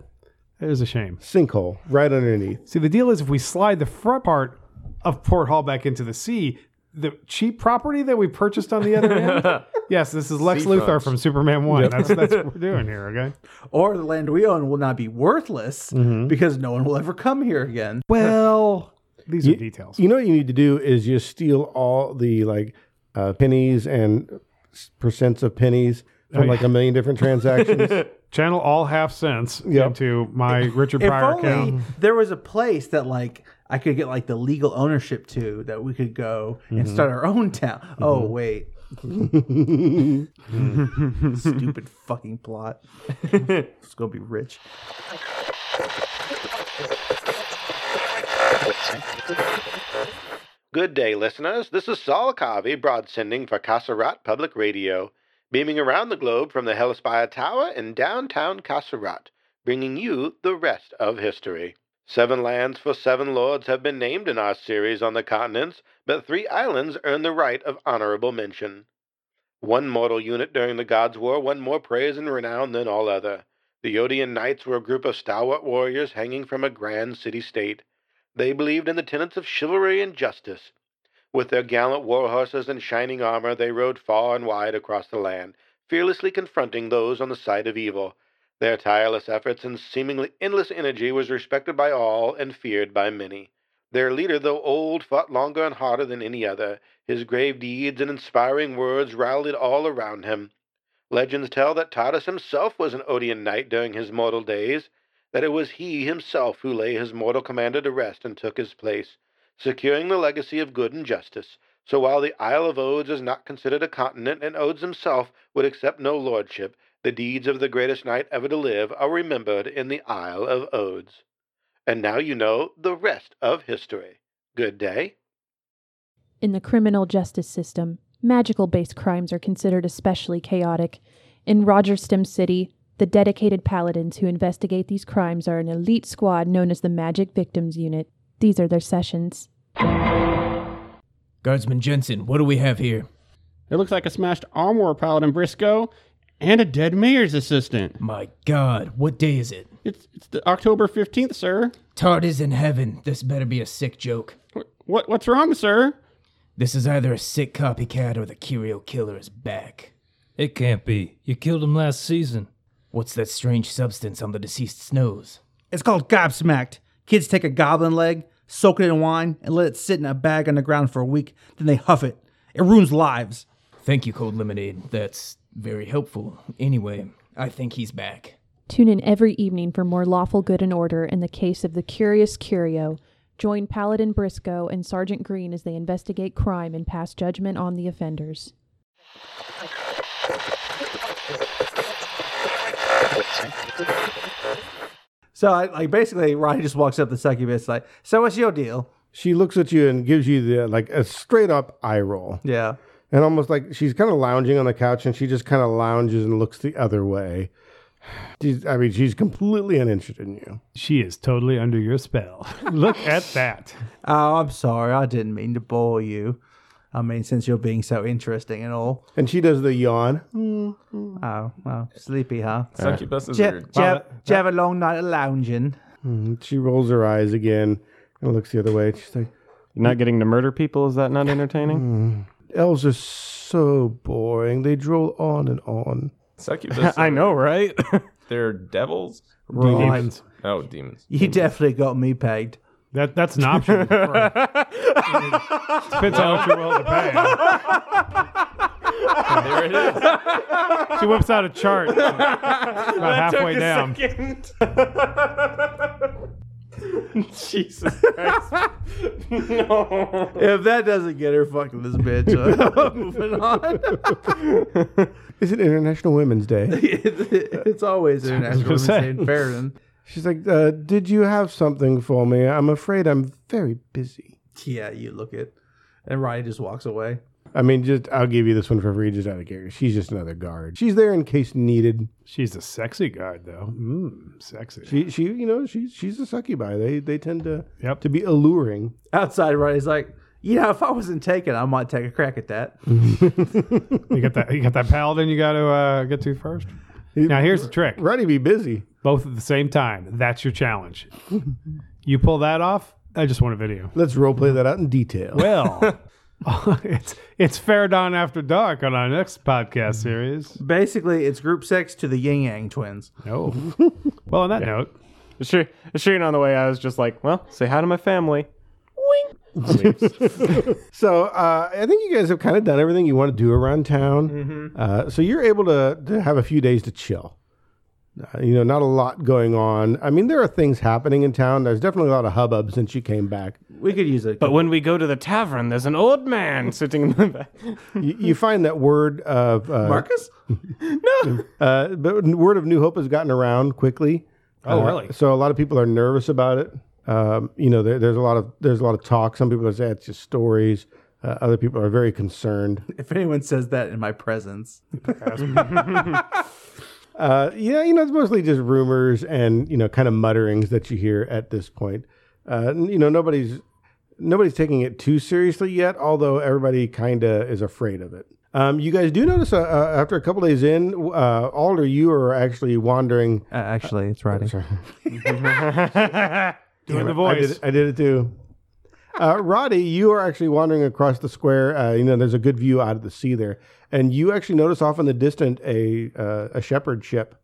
Speaker 6: It is a shame.
Speaker 1: Sinkhole right underneath.
Speaker 6: See, the deal is if we slide the front part of Port Hall back into the sea, the cheap property that we purchased on the other end. yes, this is Lex Luthor
Speaker 5: fronts.
Speaker 6: from Superman One. That's that's what we're doing here. Okay.
Speaker 4: or the land we own will not be worthless because no one will ever come here again.
Speaker 6: Well, these are
Speaker 1: You-
Speaker 6: details.
Speaker 1: You know what you need to do is just steal all the like uh, pennies and s- percents of pennies from
Speaker 6: yeah.
Speaker 1: like a million different transactions.
Speaker 6: Channel all half cents
Speaker 1: Yep.
Speaker 6: into my Richard
Speaker 4: If
Speaker 6: Pryor
Speaker 4: only
Speaker 6: account.
Speaker 4: there was a place that like I could get like the legal ownership to that we could go and start our own town. Oh wait. Stupid fucking plot. it's gonna be rich.
Speaker 3: Good day, listeners. This is Saul Kavi, broadsending for Kasserat Public Radio, beaming around the globe from the Hellespire Tower in downtown Kasserat, bringing you the rest of history.
Speaker 1: Seven lands for seven lords have been named in our series on the continents, but three islands earn the right of honorable mention. One mortal unit during the Gods' War won more praise and renown than all other. The Odian Knights were a group of stalwart warriors hanging from a grand city state. They believed in the tenets of chivalry and justice. With their gallant war horses and shining armor, they rode far and wide across the land, fearlessly confronting those on the side of evil. Their tireless efforts and seemingly endless energy was respected by all and feared by many. Their leader, though old, fought longer and harder than any other. His grave deeds and inspiring words rallied all around him. Legends tell that Titus himself was an Odian knight during his mortal days, that it was he himself who lay his mortal commander to rest and took his place, securing the legacy of good and justice. So while the Isle of Odes is not considered a continent and Odes himself would accept no lordship, the deeds of the greatest knight ever to live are remembered in the Isle of Odes. And now you know the rest of history. Good day.
Speaker 8: In the criminal justice system, magical based crimes are considered especially chaotic. In Rogerstem City, the dedicated paladins who investigate these crimes are an elite squad known as the Magic Victims Unit. These are their sessions.
Speaker 9: Guardsman Jensen, what do we have here?
Speaker 10: It looks like a smashed armor paladin Briscoe and a dead mayor's assistant.
Speaker 9: My god, what day is it?
Speaker 10: It's, it's the October 15th, sir.
Speaker 9: Tard is in heaven. This better be a sick joke.
Speaker 10: Wh- What what's wrong, sir?
Speaker 9: This is either a sick copycat or the Curio Killer is back. It can't be. You killed him last season. What's that strange substance on the deceased's nose?
Speaker 11: It's called gobsmacked. Kids take a goblin leg, soak it in wine, and let it sit in a bag on the ground for a week. Then they huff it. It ruins lives.
Speaker 9: Thank you, Cold Lemonade. That's very helpful. Anyway, I think he's back.
Speaker 8: Tune in every evening for more lawful good and order in the case of the Curious Curio. Join Paladin Briscoe and Sergeant Green as they investigate crime and pass judgment on the offenders.
Speaker 4: So I like basically Roddy just walks up to succubus like, so what's your deal?
Speaker 3: She looks at you and gives you the like a straight up eye roll,
Speaker 4: Yeah.
Speaker 3: and almost like she's kind of lounging on the couch, and she just kind of lounges and looks the other way. She's, I mean, she's completely uninterested in you.
Speaker 6: She is totally under your spell. Look at that.
Speaker 4: Oh, I'm sorry, I didn't mean to bore you. I mean, since you're being so interesting and all.
Speaker 3: And she does the yawn.
Speaker 4: Oh, well, sleepy, huh?
Speaker 7: Succubus is
Speaker 4: Jeff,
Speaker 7: weird.
Speaker 4: Jeff, Jeff, a long night of lounging.
Speaker 3: Mm, She rolls her eyes again and looks the other way. She's like,
Speaker 5: You're not getting to murder people? Is that not
Speaker 6: Mm.
Speaker 5: entertaining?
Speaker 3: "Elves are so boring. They droll on and on."
Speaker 7: Succubus.
Speaker 5: I know, right?
Speaker 7: They're devils.
Speaker 6: Demons.
Speaker 7: Oh, demons.
Speaker 4: You definitely got me pegged.
Speaker 6: That that's an option. For, depends how much you're willing to
Speaker 7: there it is.
Speaker 6: pay. She whips out a chart about halfway down.
Speaker 5: Jesus.
Speaker 4: If that doesn't get her fucking this bitch, I'm moving on.
Speaker 3: Is it International Women's Day?
Speaker 4: it's always international women's
Speaker 6: was gonna
Speaker 4: day in Fairden.
Speaker 3: She's like, uh, "Did you have something for me? I'm afraid I'm very busy."
Speaker 4: Yeah, you look it. And Roddy just walks away.
Speaker 3: I mean, just I'll give you this one for free, just out of character. She's just another guard. She's there in case needed.
Speaker 6: She's a sexy guard, though. Mmm, sexy.
Speaker 3: She, she, you know, she's she's a succubi. They they tend to
Speaker 6: Yep.
Speaker 3: to be alluring.
Speaker 4: Outside, Roddy's like, you know, if I wasn't taken, I might take a crack at that.
Speaker 6: You got that. You got that paladin. You got to uh, get to first. Now here's the trick.
Speaker 3: Roddy be busy.
Speaker 6: Both at the same time. That's your challenge. You pull that off. I just want a video.
Speaker 3: Let's role play that out in detail.
Speaker 6: Well, it's it's fair dawn after dark on our next podcast series.
Speaker 4: Basically, it's group sex to the yin yang twins.
Speaker 6: No. Well, on that note,
Speaker 5: Sure, sure. On the way, I was just like, "Well, say hi to my family."
Speaker 3: So uh, I think you guys have kind of done everything you want to do around town. Uh, so you're able to, to have a few days to chill. Uh, you know, not a lot going on. I mean, there are things happening in town. There's definitely a lot of hubbub since you came back.
Speaker 4: We could use a
Speaker 5: But when we go to the tavern, there's an old man sitting in the back.
Speaker 3: you, you find that word of uh,
Speaker 4: Marcus.
Speaker 3: Uh, but word of New Hope has gotten around quickly.
Speaker 6: Oh,
Speaker 3: Uh,
Speaker 6: really?
Speaker 3: So a lot of people are nervous about it. Um, you know, there, there's a lot of there's a lot of talk. Some people say it's just stories. Uh, other people are very concerned.
Speaker 4: If anyone says that in my presence,
Speaker 1: Uh, yeah, you know, it's mostly just rumors and you know, kind of mutterings that you hear at this point. Uh, n- you know, nobody's nobody's taking it too seriously yet, although everybody kind of is afraid of it. Um, you guys do notice uh, uh, after a couple days in, uh, Alder, you are actually wandering.
Speaker 4: Uh, actually, it's writing.
Speaker 1: Doing the voice. I did, I did it too. Uh, Roddy, you are actually wandering across the square. Uh, you know, there's a good view out of the sea there, and you actually notice off in the distance a uh, a shepherd ship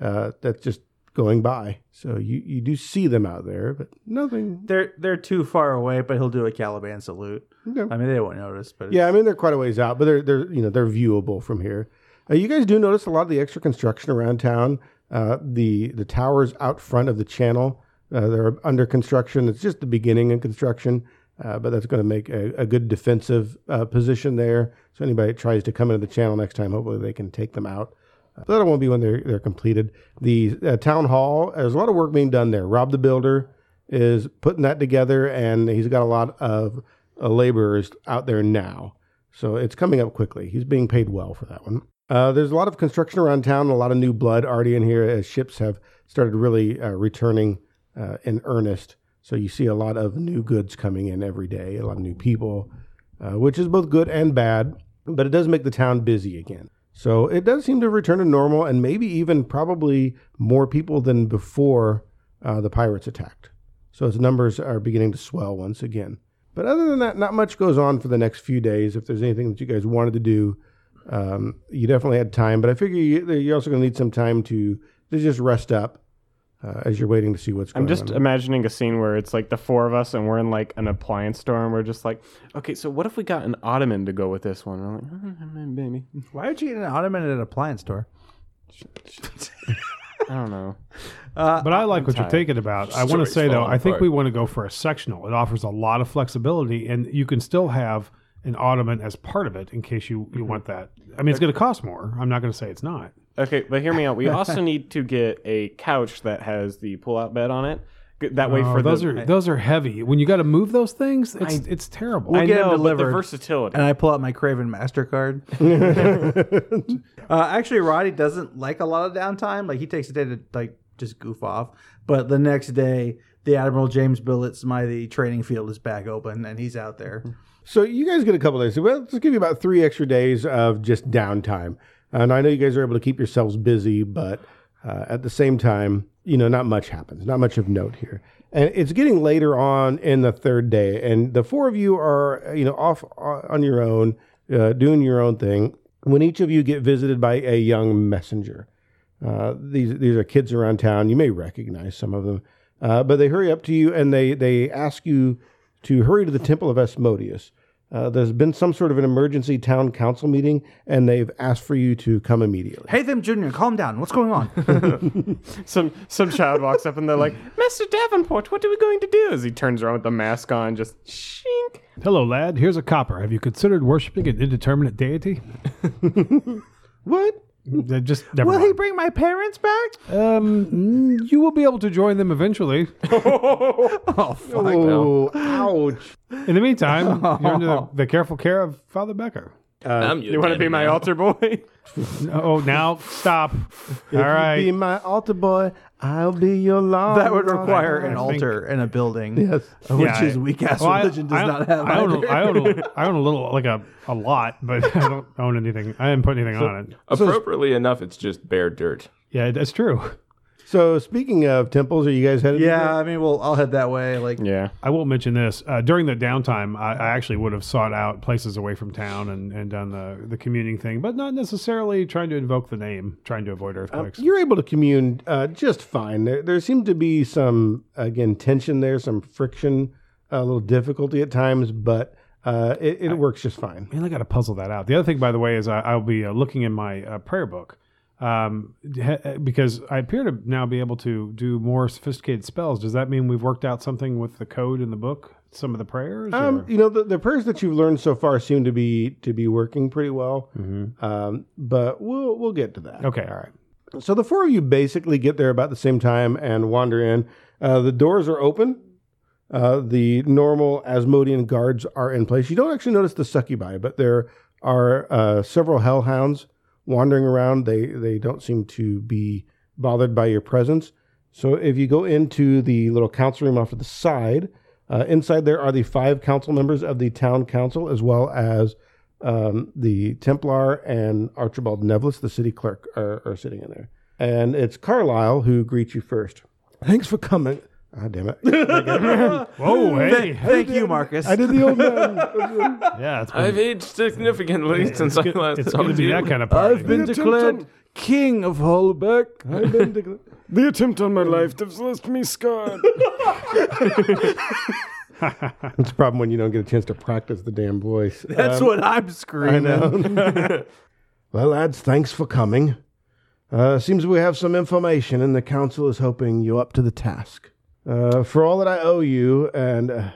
Speaker 1: uh, that's just going by. So you you do see them out there, but nothing.
Speaker 4: They're they're too far away, but he'll do a Caliban salute. I mean, they won't notice, but
Speaker 1: Yeah, I mean they're quite a ways out, but they're they're you know they're viewable from here. Uh, you guys do notice a lot of the extra construction around town. Uh, the the towers out front of the channel uh, they're under construction. It's just the beginning of construction, uh, but that's going to make a, a good defensive uh, position there. So anybody that tries to come into the channel next time, hopefully they can take them out. Uh, But that won't be when they're they're completed. The uh, town hall. There's a lot of work being done there. Rob the builder is putting that together, and he's got a lot of uh, laborers out there now. So it's coming up quickly. He's being paid well for that one. Uh, there's a lot of construction around town, a lot of new blood already in here as ships have started really uh, returning uh, in earnest. So you see a lot of new goods coming in every day, a lot of new people, uh, which is both good and bad, but it does make the town busy again. So it does seem to return to normal and maybe even probably more people than before uh, the pirates attacked. So its numbers are beginning to swell once again. But other than that, not much goes on for the next few days. If there's anything that you guys wanted to do, um, you definitely had time. But I figure you, you're also going to need some time to, to just rest up uh, as you're waiting to see what's going
Speaker 5: I'm just
Speaker 1: on.
Speaker 5: imagining a scene where it's like the four of us and we're in like an appliance store and we're just like, okay, so what if we got an ottoman to go with this one? I'm like, "Mm, Maybe.
Speaker 4: Why would you eat an ottoman at an appliance store?
Speaker 5: I don't know.
Speaker 6: but I like
Speaker 5: I'm tired.
Speaker 6: what you're thinking about. I want to
Speaker 5: Story's
Speaker 6: say though,
Speaker 5: falling
Speaker 6: I think
Speaker 5: apart.
Speaker 6: we want to go for a sectional. It offers a lot of flexibility, and you can still have an ottoman as part of it in case you,
Speaker 5: Mm-hmm.
Speaker 6: you want that. I mean, it's going to cost more. I'm not going to say it's not.
Speaker 5: Okay, but hear me out. We also need to get a couch that has the pull-out bed on it. G- That way,
Speaker 6: Oh,
Speaker 5: for
Speaker 6: those
Speaker 5: the,
Speaker 6: are those are heavy. When you got to move those things, it's
Speaker 5: I-
Speaker 6: it's terrible.
Speaker 5: We'll I get 'em know, but the
Speaker 4: delivered.
Speaker 5: versatility.
Speaker 4: And I pull out my Craven MasterCard. uh, actually, Roddy doesn't like a lot of downtime. Like, he takes a day to, like, just goof off. But the next day, the Admiral James Billet Smythe training field is back open, and he's out there.
Speaker 1: So you guys get a couple days. Well, let's give you about three extra days of just downtime. Uh, And I know you guys are able to keep yourselves busy, but uh, at the same time, you know, not much happens. Not much of note here. And it's getting later on in the third day, and the four of you are, you know, off on your own, uh, doing your own thing. When each of you get visited by a young messenger, uh, these these are kids around town. You may recognize some of them, uh, but they hurry up to you and they they ask you to hurry to the temple of Asmodeus. Uh, there's been some sort of an emergency town council meeting, and they've asked for you to come immediately.
Speaker 4: Hey, them, Junior, calm down. What's going on?
Speaker 5: some some child walks up and they're like, Master Davenport, what are we going to do? As he turns around with the mask on, just shink.
Speaker 6: Hello, lad. Here's a copper. Have you considered worshiping an indeterminate deity?
Speaker 1: what?
Speaker 6: They Just never
Speaker 4: Will
Speaker 6: mind.
Speaker 4: he bring my parents back?
Speaker 6: Um, mm, you will be able to join them eventually.
Speaker 4: Oh, fuck.
Speaker 1: Oh, ouch!
Speaker 6: In the meantime, you're under the, the careful care of Father Becker.
Speaker 7: I'm your
Speaker 5: You want to
Speaker 7: daddy
Speaker 5: be my
Speaker 7: now.
Speaker 5: altar boy?
Speaker 6: Oh, now stop. All
Speaker 1: If you be
Speaker 6: right.
Speaker 1: my altar boy. I'll be your long.
Speaker 4: That would
Speaker 1: lost
Speaker 4: require an
Speaker 6: think-
Speaker 4: altar and a building,
Speaker 1: Yes.
Speaker 4: which
Speaker 6: Yeah,
Speaker 4: is weak ass
Speaker 6: Well, I-
Speaker 4: religion does
Speaker 6: I,
Speaker 4: not have.
Speaker 6: I own,
Speaker 4: either.
Speaker 6: a, I, own a, I own a little, like a, a lot, but I don't own anything. I didn't put anything on it.
Speaker 7: Appropriately enough, it's just bare dirt.
Speaker 6: Yeah, that's true.
Speaker 1: So, speaking of temples, are you guys headed?
Speaker 4: yeah, I mean, well, I'll head that way. Like,
Speaker 5: Yeah.
Speaker 6: I will mention this. Uh, during the downtime, I, I actually would have sought out places away from town and, and done the, the communing thing, but not necessarily trying to invoke the name, trying to avoid earthquakes.
Speaker 1: You're able to commune uh, just fine. There, there seemed to be some, again, tension there, some friction, a little difficulty at times, but uh, it, it works just fine.
Speaker 6: Man, I got to puzzle that out. The other thing, by the way, is I, I'll be uh, looking in my uh, prayer book um, he- because I appear to now be able to do more sophisticated spells. Does that mean we've worked out something with the code in the book? Some of the prayers?
Speaker 1: Um,
Speaker 6: or-
Speaker 1: you know, the, the prayers that you've learned so far seem to be to be working pretty well, um, but we'll we'll get to that.
Speaker 6: okay, all right.
Speaker 1: So the four of you basically get there about the same time and wander in. Uh, the doors are open. Uh, the normal Asmodean guards are in place. You don't actually notice the succubi, but there are uh, several hellhounds
Speaker 3: wandering around. They they don't seem to be bothered by your presence. So if you go into the little council room off to the side, uh, inside there are the five council members of the town council, as well as um, the Templar and Archibald Nevlis, the city clerk, are, are sitting in there. And it's Carlisle who greets you first. Thanks for coming. Ah, damn it.
Speaker 6: Whoa, hey.
Speaker 4: Thank you, Marcus.
Speaker 3: I did the old man.
Speaker 6: yeah, it's
Speaker 7: I've aged significantly since I last
Speaker 6: it's
Speaker 7: told
Speaker 6: going to be
Speaker 7: you.
Speaker 6: that kind of party.
Speaker 12: I've been declared king of Holbeck. the attempt on my life has left me scarred.
Speaker 3: It's a problem when you don't get a chance to practice the damn voice.
Speaker 4: That's
Speaker 3: Um,
Speaker 4: what I'm screaming.
Speaker 3: know. well, lads, thanks for coming. Uh, seems we have some information, and the council is hoping you up to the task. Uh, for all that I owe you, and uh,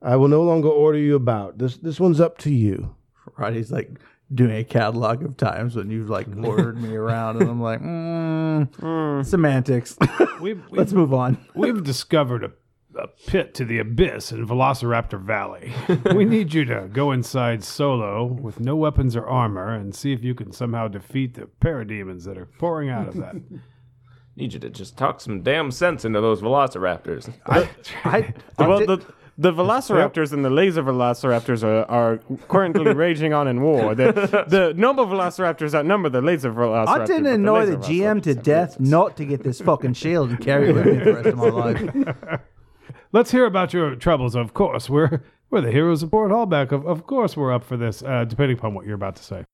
Speaker 3: I will no longer order you about. This this one's up to you.
Speaker 4: Roddy's like doing a catalog of times when you've like ordered me around, and I'm like, mm, semantics.
Speaker 6: We've,
Speaker 4: Let's move on.
Speaker 6: We've discovered a, a pit to the abyss in Velociraptor Valley. we need you to go inside solo with no weapons or armor and see if you can somehow defeat the parademons that are pouring out of that.
Speaker 7: Need you to just talk some damn sense into those velociraptors.
Speaker 4: I,
Speaker 5: well, the, the velociraptors and the laser velociraptors are, are currently raging on in war. The, the noble velociraptors outnumber the laser velociraptors.
Speaker 4: I
Speaker 5: but
Speaker 4: didn't
Speaker 5: the
Speaker 4: annoy the
Speaker 5: laser
Speaker 4: GM to death not to get this fucking shield and carry it with me for the rest of my life.
Speaker 6: Let's hear about your troubles, of course. We're, we're the heroes of Port Hallback. Of, of course, we're up for this, uh, depending upon what you're about to say.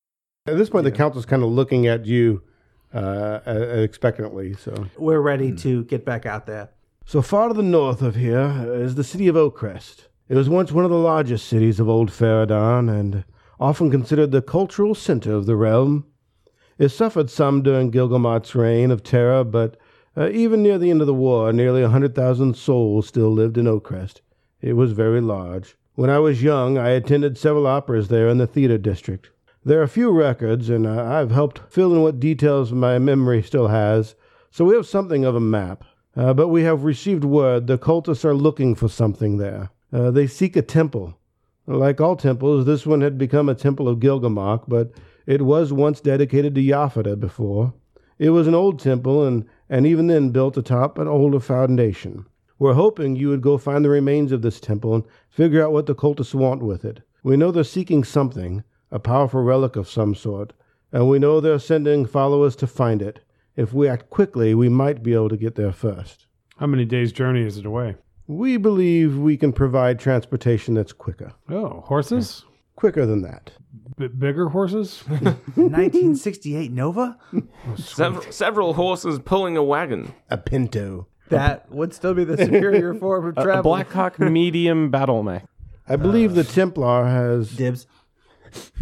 Speaker 3: At this point, the council's kind of looking at you uh, uh, expectantly. So,
Speaker 4: We're ready to get back out there.
Speaker 3: so far to the north of here is the city of Oakcrest. It was once one of the largest cities of Old Faradon, and often considered the cultural center of the realm. It suffered some during Gilgamesh reign of terror, but uh, even near the end of the war, nearly a 100,000 souls still lived in Oakcrest. It was very large. When I was young, I attended several operas there in the theater district. There are few records, and uh, I've helped fill in what details my memory still has, so we have something of a map. Uh, but we have received word the cultists are looking for something there. Uh, they seek a temple. Like all temples, this one had become a temple of Gilgamesh, but it was once dedicated to Yaphet before. It was an old temple, and, and even then built atop an older foundation. We're hoping you would go find the remains of this temple and figure out what the cultists want with it. We know they're seeking something, a powerful relic of some sort, and we know they're sending followers to find it. If we act quickly, we might be able to get there first.
Speaker 6: How many days' journey is it away?
Speaker 3: We believe we can provide transportation that's quicker.
Speaker 6: Oh, horses?
Speaker 3: Quicker than that.
Speaker 6: B- bigger horses?
Speaker 4: 1968 Nova?
Speaker 7: Several, several horses pulling a wagon.
Speaker 3: A pinto.
Speaker 4: That would still be the superior form of
Speaker 5: A-
Speaker 4: travel.
Speaker 5: A Black Hawk medium battle mech.
Speaker 3: I believe the Templar has
Speaker 4: Dibs.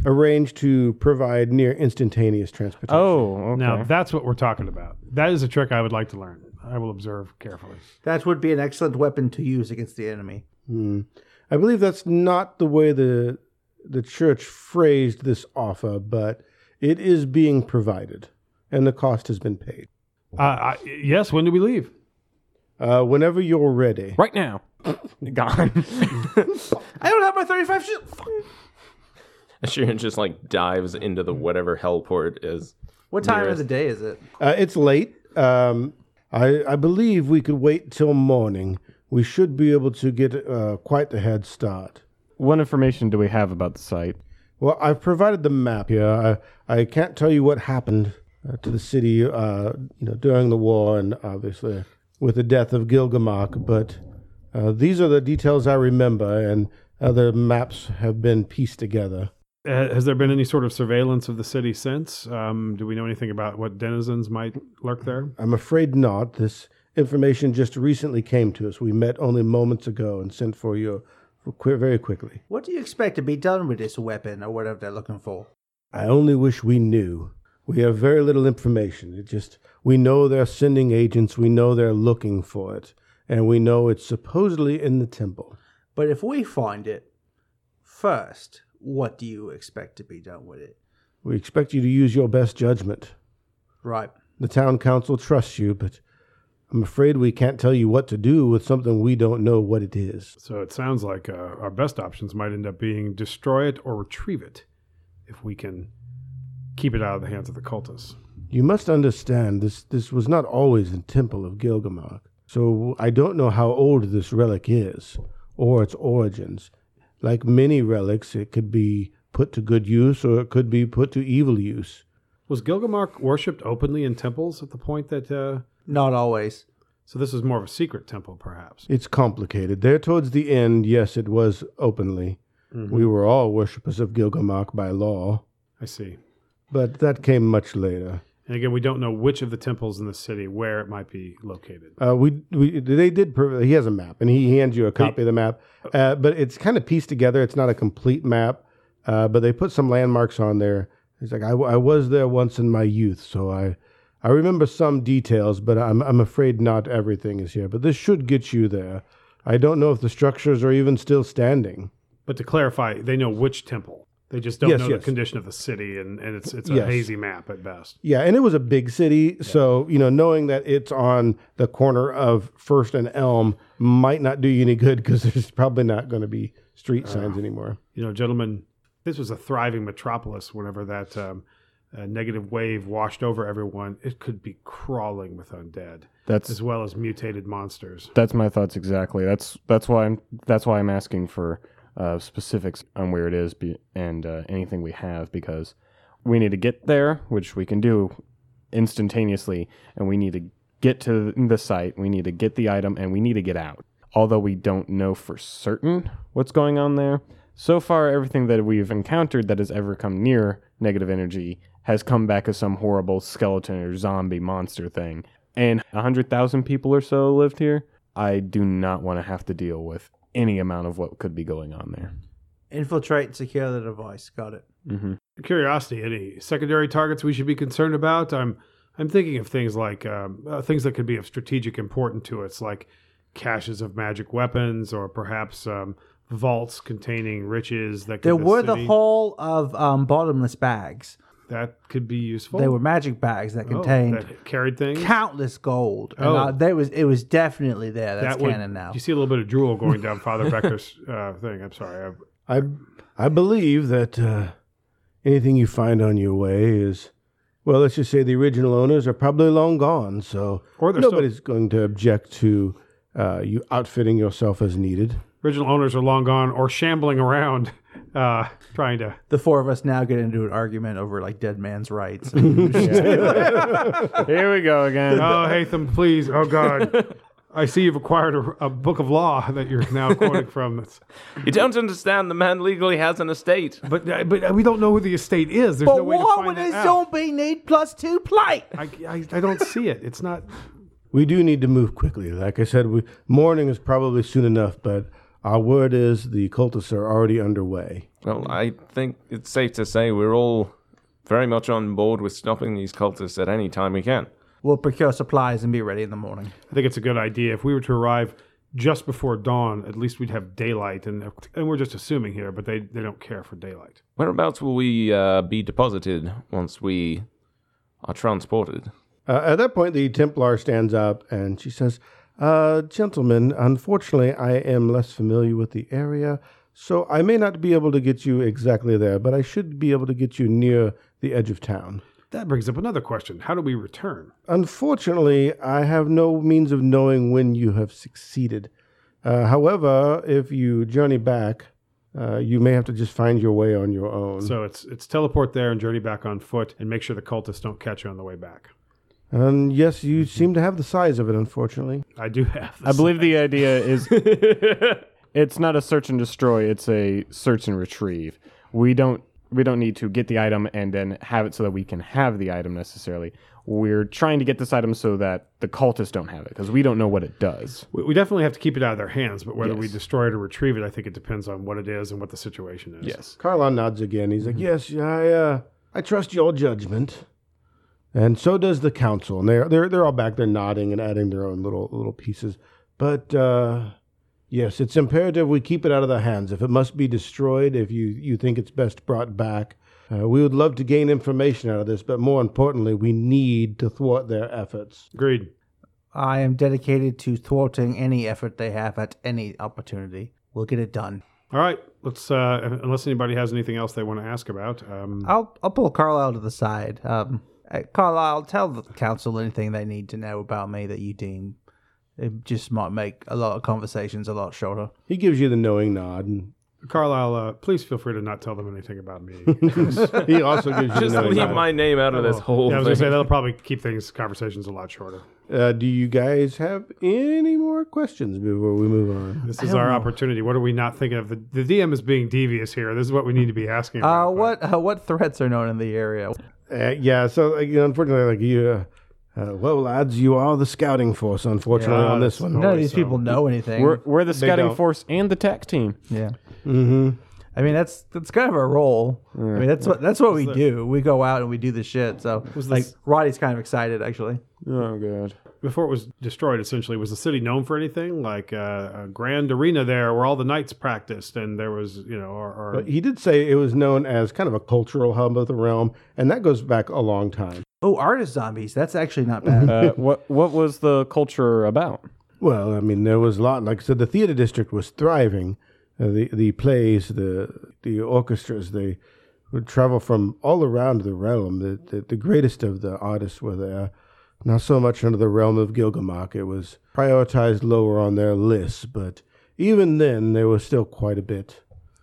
Speaker 3: arranged to provide near instantaneous transportation.
Speaker 5: Oh, okay.
Speaker 6: Now, that's what we're talking about. That is a trick I would like to learn. I will observe carefully.
Speaker 4: That would be an excellent weapon to use against the enemy.
Speaker 3: Hmm. I believe that's not the way the the church phrased this offer, but it is being provided, and the cost has been paid.
Speaker 6: Uh, I, yes, when do we leave?
Speaker 3: Uh, whenever you're ready,
Speaker 5: right now. Gone.
Speaker 4: I don't have my 35 shield. Fuck.
Speaker 7: Sheeran just like dives into the whatever hellport is.
Speaker 4: What time
Speaker 7: Nearest.
Speaker 4: of the day is it?
Speaker 3: uh, it's late. Um, I, I believe we could wait till morning. We should be able to get uh, quite the head start.
Speaker 5: what information do we have about the site?
Speaker 3: Well, I've provided the map here. I, I can't tell you what happened uh, to the city uh, you know, during the war and obviously with the death of Gilgamesh, but uh, these are the details I remember, and other maps have been pieced together.
Speaker 6: Uh, has there been any sort of surveillance of the city since? Um, do we know anything about what denizens might lurk there?
Speaker 3: I'm afraid not. This information just recently came to us. We met only moments ago and sent for you qu- very quickly.
Speaker 4: What do you expect to be done with this weapon or whatever they're looking for?
Speaker 3: I only wish we knew. We have very little information. It just we know they're sending agents, we know they're looking for it, and we know it's supposedly in the temple.
Speaker 4: But if we find it first, what do you expect to be done with it?
Speaker 3: We expect you to use your best judgment.
Speaker 4: Right.
Speaker 3: The town council trusts you, but I'm afraid we can't tell you what to do with something we don't know what it is.
Speaker 6: So it sounds like uh, our best options might end up being destroy it or retrieve it, if we can keep it out of the hands of the cultists.
Speaker 3: You must understand this this was not always the temple of Gilgamesh. So I don't know how old this relic is or its origins. Like many relics, it could be put to good use or it could be put to evil use.
Speaker 6: Was Gilgamesh worshipped openly in temples at the point that? Uh,
Speaker 4: Not always.
Speaker 6: So this was more of a secret temple, perhaps.
Speaker 3: It's complicated. There towards the end, yes, it was openly.
Speaker 6: Mhm.
Speaker 3: We were all worshippers of Gilgamesh by law,
Speaker 6: I see.
Speaker 3: but that came much later.
Speaker 6: And again, we don't know which of the temples in the city where it might be located.
Speaker 3: Uh, we, we they did. prov- He has a map, and he hands you a copy of the map. Uh, but it's kind of pieced together. It's not a complete map, uh, but they put some landmarks on there. He's like, I, w- I was there once in my youth, so I I remember some details, but I'm I'm afraid not everything is here. But this should get you there. I don't know if the structures are even still standing.
Speaker 6: But to clarify, they know which temple. They just don't
Speaker 3: Yes,
Speaker 6: know
Speaker 3: yes.
Speaker 6: the condition of the city, and, and it's it's a
Speaker 3: Yes.
Speaker 6: hazy map at best.
Speaker 3: Yeah, and it was a big city, so you know, knowing that it's on the corner of First and Elm might not do you any good because there's probably not going to be street signs anymore.
Speaker 6: You know, gentlemen, this was a thriving metropolis. Whenever that um, uh, negative wave washed over everyone, it could be crawling with undead,
Speaker 5: That's-
Speaker 6: as well as mutated monsters.
Speaker 5: That's my thoughts exactly. That's that's why I'm that's why I'm asking for uh, specifics on where it is be, and uh, anything we have because we need to get there, which we can do instantaneously, and we need to get to the site. We need to get the item, and we need to get out. Although we don't know for certain what's going on there, so far everything that we've encountered that has ever come near negative energy has come back as some horrible skeleton or zombie monster thing. And 100,000 people or so lived here. I do not want to have to deal with any amount of what could be going on there.
Speaker 4: Infiltrate and secure the device. Got it.
Speaker 5: Mm-hmm.
Speaker 6: Curiosity, any secondary targets we should be concerned about? I'm I'm thinking of things like um, uh, things that could be of strategic importance to us, like caches of magic weapons, or perhaps um, vaults containing riches that could
Speaker 11: There were the
Speaker 6: city-
Speaker 4: All of um, bottomless bags.
Speaker 6: that could be useful.
Speaker 4: They were magic bags that
Speaker 6: Oh,
Speaker 4: contained
Speaker 6: that carried things.
Speaker 4: countless gold. And
Speaker 6: Oh.
Speaker 4: uh, there was it was definitely there. That's
Speaker 6: would-
Speaker 4: canon now.
Speaker 6: You see a little bit of drool going down Father Becker's uh, thing. I'm sorry. I,
Speaker 3: I I believe that uh, anything you find on your way is well. Let's just say the original owners are probably long gone, so
Speaker 6: Or they're still-
Speaker 3: nobody's going to object to uh, you outfitting yourself as needed.
Speaker 6: original owners are long gone or shambling around, uh, trying to.
Speaker 4: the four of us now get into an argument over like dead man's rights.
Speaker 5: Here we go again.
Speaker 6: Oh, Hatham, please. Oh, God. I see you've acquired a, a book of law that you're now quoting from. It's,
Speaker 7: You don't understand. The man legally has an estate.
Speaker 6: But uh, but we don't know who the estate is. There's
Speaker 4: but
Speaker 6: no way to
Speaker 4: what
Speaker 6: find
Speaker 4: would
Speaker 6: that
Speaker 4: a
Speaker 6: out.
Speaker 4: zombie need plus two plate?
Speaker 6: I, I, I don't see it. It's not.
Speaker 3: We do need to move quickly. Like I said, we, morning is probably soon enough, but our word is the cultists are already underway.
Speaker 7: Well, I think it's safe to say we're all very much on board with stopping these cultists at any time we can.
Speaker 4: We'll procure supplies and be ready in the morning.
Speaker 6: I think it's a good idea. If we were to arrive just before dawn, at least we'd have daylight. And, and we're just assuming here, but they, they don't care for daylight.
Speaker 7: Whereabouts will we uh, be deposited once we are transported?
Speaker 3: Uh, at that point, the Templar stands up and she says, uh, Gentlemen, unfortunately, I am less familiar with the area, so I may not be able to get you exactly there, but I should be able to get you near the edge of town.
Speaker 6: That brings up another question. How do we return?
Speaker 3: Unfortunately, I have no means of knowing when you have succeeded. Uh, however, if you journey back, uh, you may have to just find your way on your own.
Speaker 6: So it's it's teleport there and journey back on foot and make sure the cultists don't catch you on the way back.
Speaker 3: and yes, you seem to have the size of it, unfortunately.
Speaker 6: I do have.
Speaker 5: I believe the idea is it's not a search and destroy, it's a search and retrieve. We don't we don't need to get the item and then have it so that we can have the item necessarily. We're trying to get this item so that the cultists don't have it because we don't know what it does.
Speaker 6: We, we definitely have to keep it out of their hands, but whether we destroy it or retrieve it, I think it depends on what it is and what the situation is.
Speaker 5: Yes.
Speaker 3: Carlon nods again. He's
Speaker 7: Mm-hmm.
Speaker 3: like, "Yes, I, uh, I trust your judgment." And so does the council, and they're they're they're all back there nodding and adding their own little little pieces. But uh, yes, it's imperative we keep it out of their hands. If it must be destroyed, if you you think it's best brought back, uh, we would love to gain information out of this. But more importantly, we need to thwart their efforts.
Speaker 6: Agreed.
Speaker 4: I am dedicated to thwarting any effort they have at any opportunity. We'll get it done.
Speaker 6: All right. Let's, uh, unless anybody has anything else they want to ask about. Um,
Speaker 4: I'll I'll pull Carlisle to the side. Um, uh, Carlisle, tell the council anything they need to know about me that you deem it just might make a lot of conversations a lot shorter.
Speaker 3: He gives you the knowing nod. And
Speaker 6: Carlisle, uh, please feel free to not tell them anything about me.
Speaker 3: he also gives you
Speaker 7: Just
Speaker 3: the knowing
Speaker 7: leave
Speaker 3: nod.
Speaker 7: my name out of this whole
Speaker 6: Yeah, I was gonna say
Speaker 7: thing.
Speaker 6: that'll probably keep things conversations a lot shorter.
Speaker 3: Uh, do you guys have any more questions before we move on?
Speaker 6: This is our opportunity. What are we not thinking of? The, the DM is being devious here. This is what we need to be asking. About.
Speaker 4: Uh, what uh, what threats are known in the area?
Speaker 3: Uh, yeah, so like, you know, unfortunately, like you, uh, uh, well, lads, you are the scouting force. Unfortunately,
Speaker 4: Yeah,
Speaker 3: on this
Speaker 4: it's
Speaker 3: one,
Speaker 4: none of these people know anything.
Speaker 5: We're, we're the
Speaker 3: They
Speaker 5: scouting
Speaker 3: don't.
Speaker 5: force and the tack team.
Speaker 4: Yeah.
Speaker 3: Mm-hmm.
Speaker 4: I mean that's that's kind of our role. I mean that's what that's what we
Speaker 6: Was the-
Speaker 4: do. We go out and we do this shit. So
Speaker 6: Was
Speaker 4: like
Speaker 6: this-
Speaker 4: Roddy's kind of excited actually.
Speaker 5: Oh god.
Speaker 6: Before it was destroyed, essentially, was the city known for anything? Like uh, a grand arena there where all the knights practiced, and there was, you know, or, or
Speaker 3: But he did say it was known as kind of a cultural hub of the realm, and that goes back a long time.
Speaker 4: Oh, artist zombies. That's actually not bad.
Speaker 5: Uh, what what was the culture about?
Speaker 3: Well, I mean, there was a lot. Like I said, the theater district was thriving. Uh, the the plays, the the orchestras, they would travel from all around the realm. The, the the greatest of the artists were there. Not so much under the realm of Gilgamesh. It was prioritized lower on their list, but even then, there was still quite a bit.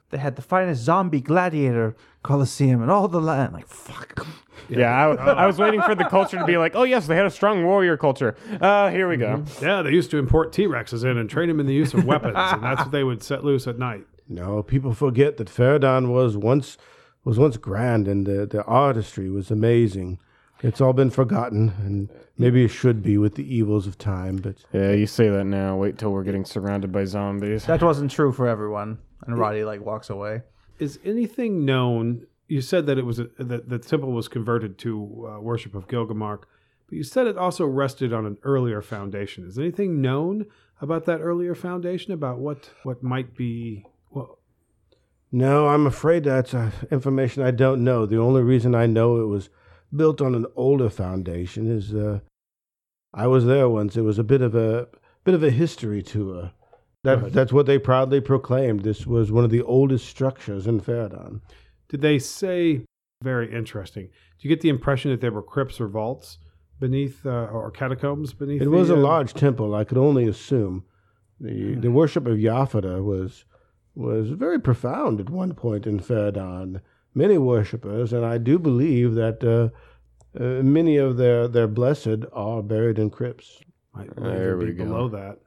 Speaker 4: they had the finest zombie gladiator coliseum in all the land. Like fuck.
Speaker 5: Yeah, I, I was waiting for the culture to be like, oh yes, they had a strong warrior culture. Uh, here we go.
Speaker 6: yeah, they used to import T Rexes in and train them in the use of weapons, and that's what they would set loose at night.
Speaker 3: No, people forget that Faradon was once was once grand, and the, the artistry was amazing. It's all been forgotten, and maybe it should be with the evils of time. But
Speaker 5: Yeah, you say that now. Wait till we're getting surrounded by zombies.
Speaker 4: That wasn't true for everyone. And Roddy like walks away.
Speaker 6: Is anything known? You said that it was a, that the temple was converted to uh, worship of Gilgamesh, but you said it also rested on an earlier foundation. Is anything known about that earlier foundation? About what what might be? Well,
Speaker 3: no, I'm afraid that's uh, information I don't know. The only reason I know it was built on an older foundation is uh, I was there once. It was a bit of a bit of a history tour. That, that's what they proudly proclaimed. This was one of the oldest structures in Faradon.
Speaker 6: did they say? Very interesting. Do you get the impression that there were crypts or vaults beneath, uh, or catacombs beneath?
Speaker 3: It was
Speaker 6: the,
Speaker 3: a
Speaker 6: uh,
Speaker 3: large temple. I could only assume the the worship of Yaphoda was was very profound at one point in Ferdinand. Many worshippers, and I do believe that uh, uh, many of their their blessed are buried in crypts.
Speaker 6: Might
Speaker 5: There
Speaker 6: there
Speaker 5: we
Speaker 6: be
Speaker 5: go.
Speaker 6: below that.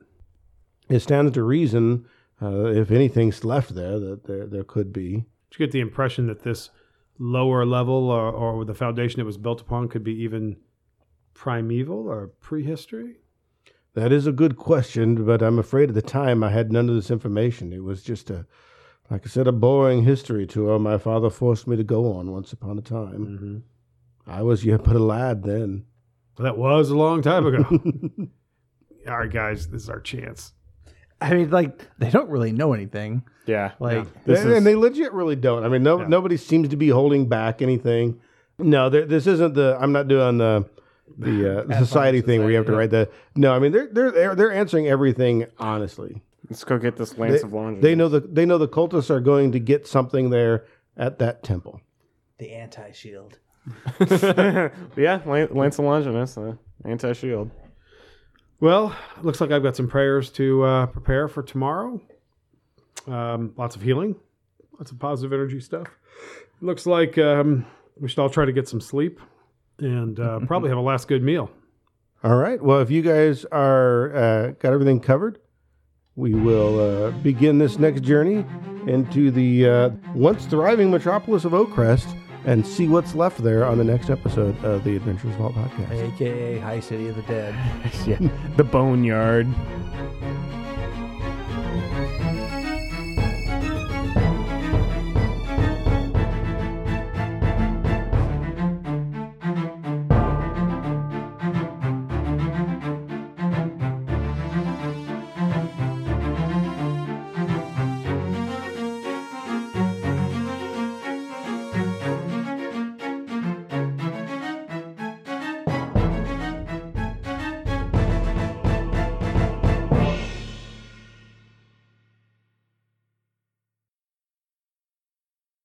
Speaker 3: It stands to reason, uh, if anything's left there, that there there could be.
Speaker 6: Did you get the impression that this lower level or, or the foundation it was built upon could be even primeval or prehistory?
Speaker 3: That is a good question, but I'm afraid at the time I had none of this information. It was just a, like I said, a boring history tour my father forced me to go on once upon a time.
Speaker 6: Mm-hmm.
Speaker 3: I was yet but a lad then.
Speaker 6: That was a long time ago. All right, guys, this is our chance.
Speaker 4: I mean, like they don't really know anything.
Speaker 5: Yeah.
Speaker 4: Like
Speaker 3: They- and they legit really don't. I mean, no, nobody seems to be holding back anything. No, there, this isn't the. I'm not doing the the, uh, the society thing where you have to write the. No, I mean they're they're they're, they're answering everything honestly.
Speaker 5: Let's go get this
Speaker 3: They,
Speaker 5: lance of laundry.
Speaker 3: they know the they know the cultists are going to get something there at that temple.
Speaker 9: The anti shield.
Speaker 5: yeah, lan- lance of Longinus, uh, anti-shield.
Speaker 6: Well, looks like I've got some prayers to uh, prepare for tomorrow. Um, lots of healing, lots of positive energy stuff. Looks like um, we should all try to get some sleep and uh, probably have a last good meal.
Speaker 3: All right. Well, if you guys are uh, got everything covered, we will uh, begin this next journey into the uh, once thriving metropolis of Oakcrest and see what's left there on the next episode of the Adventures Vault podcast.
Speaker 4: AKA High City of the Dead.
Speaker 5: yeah, the boneyard.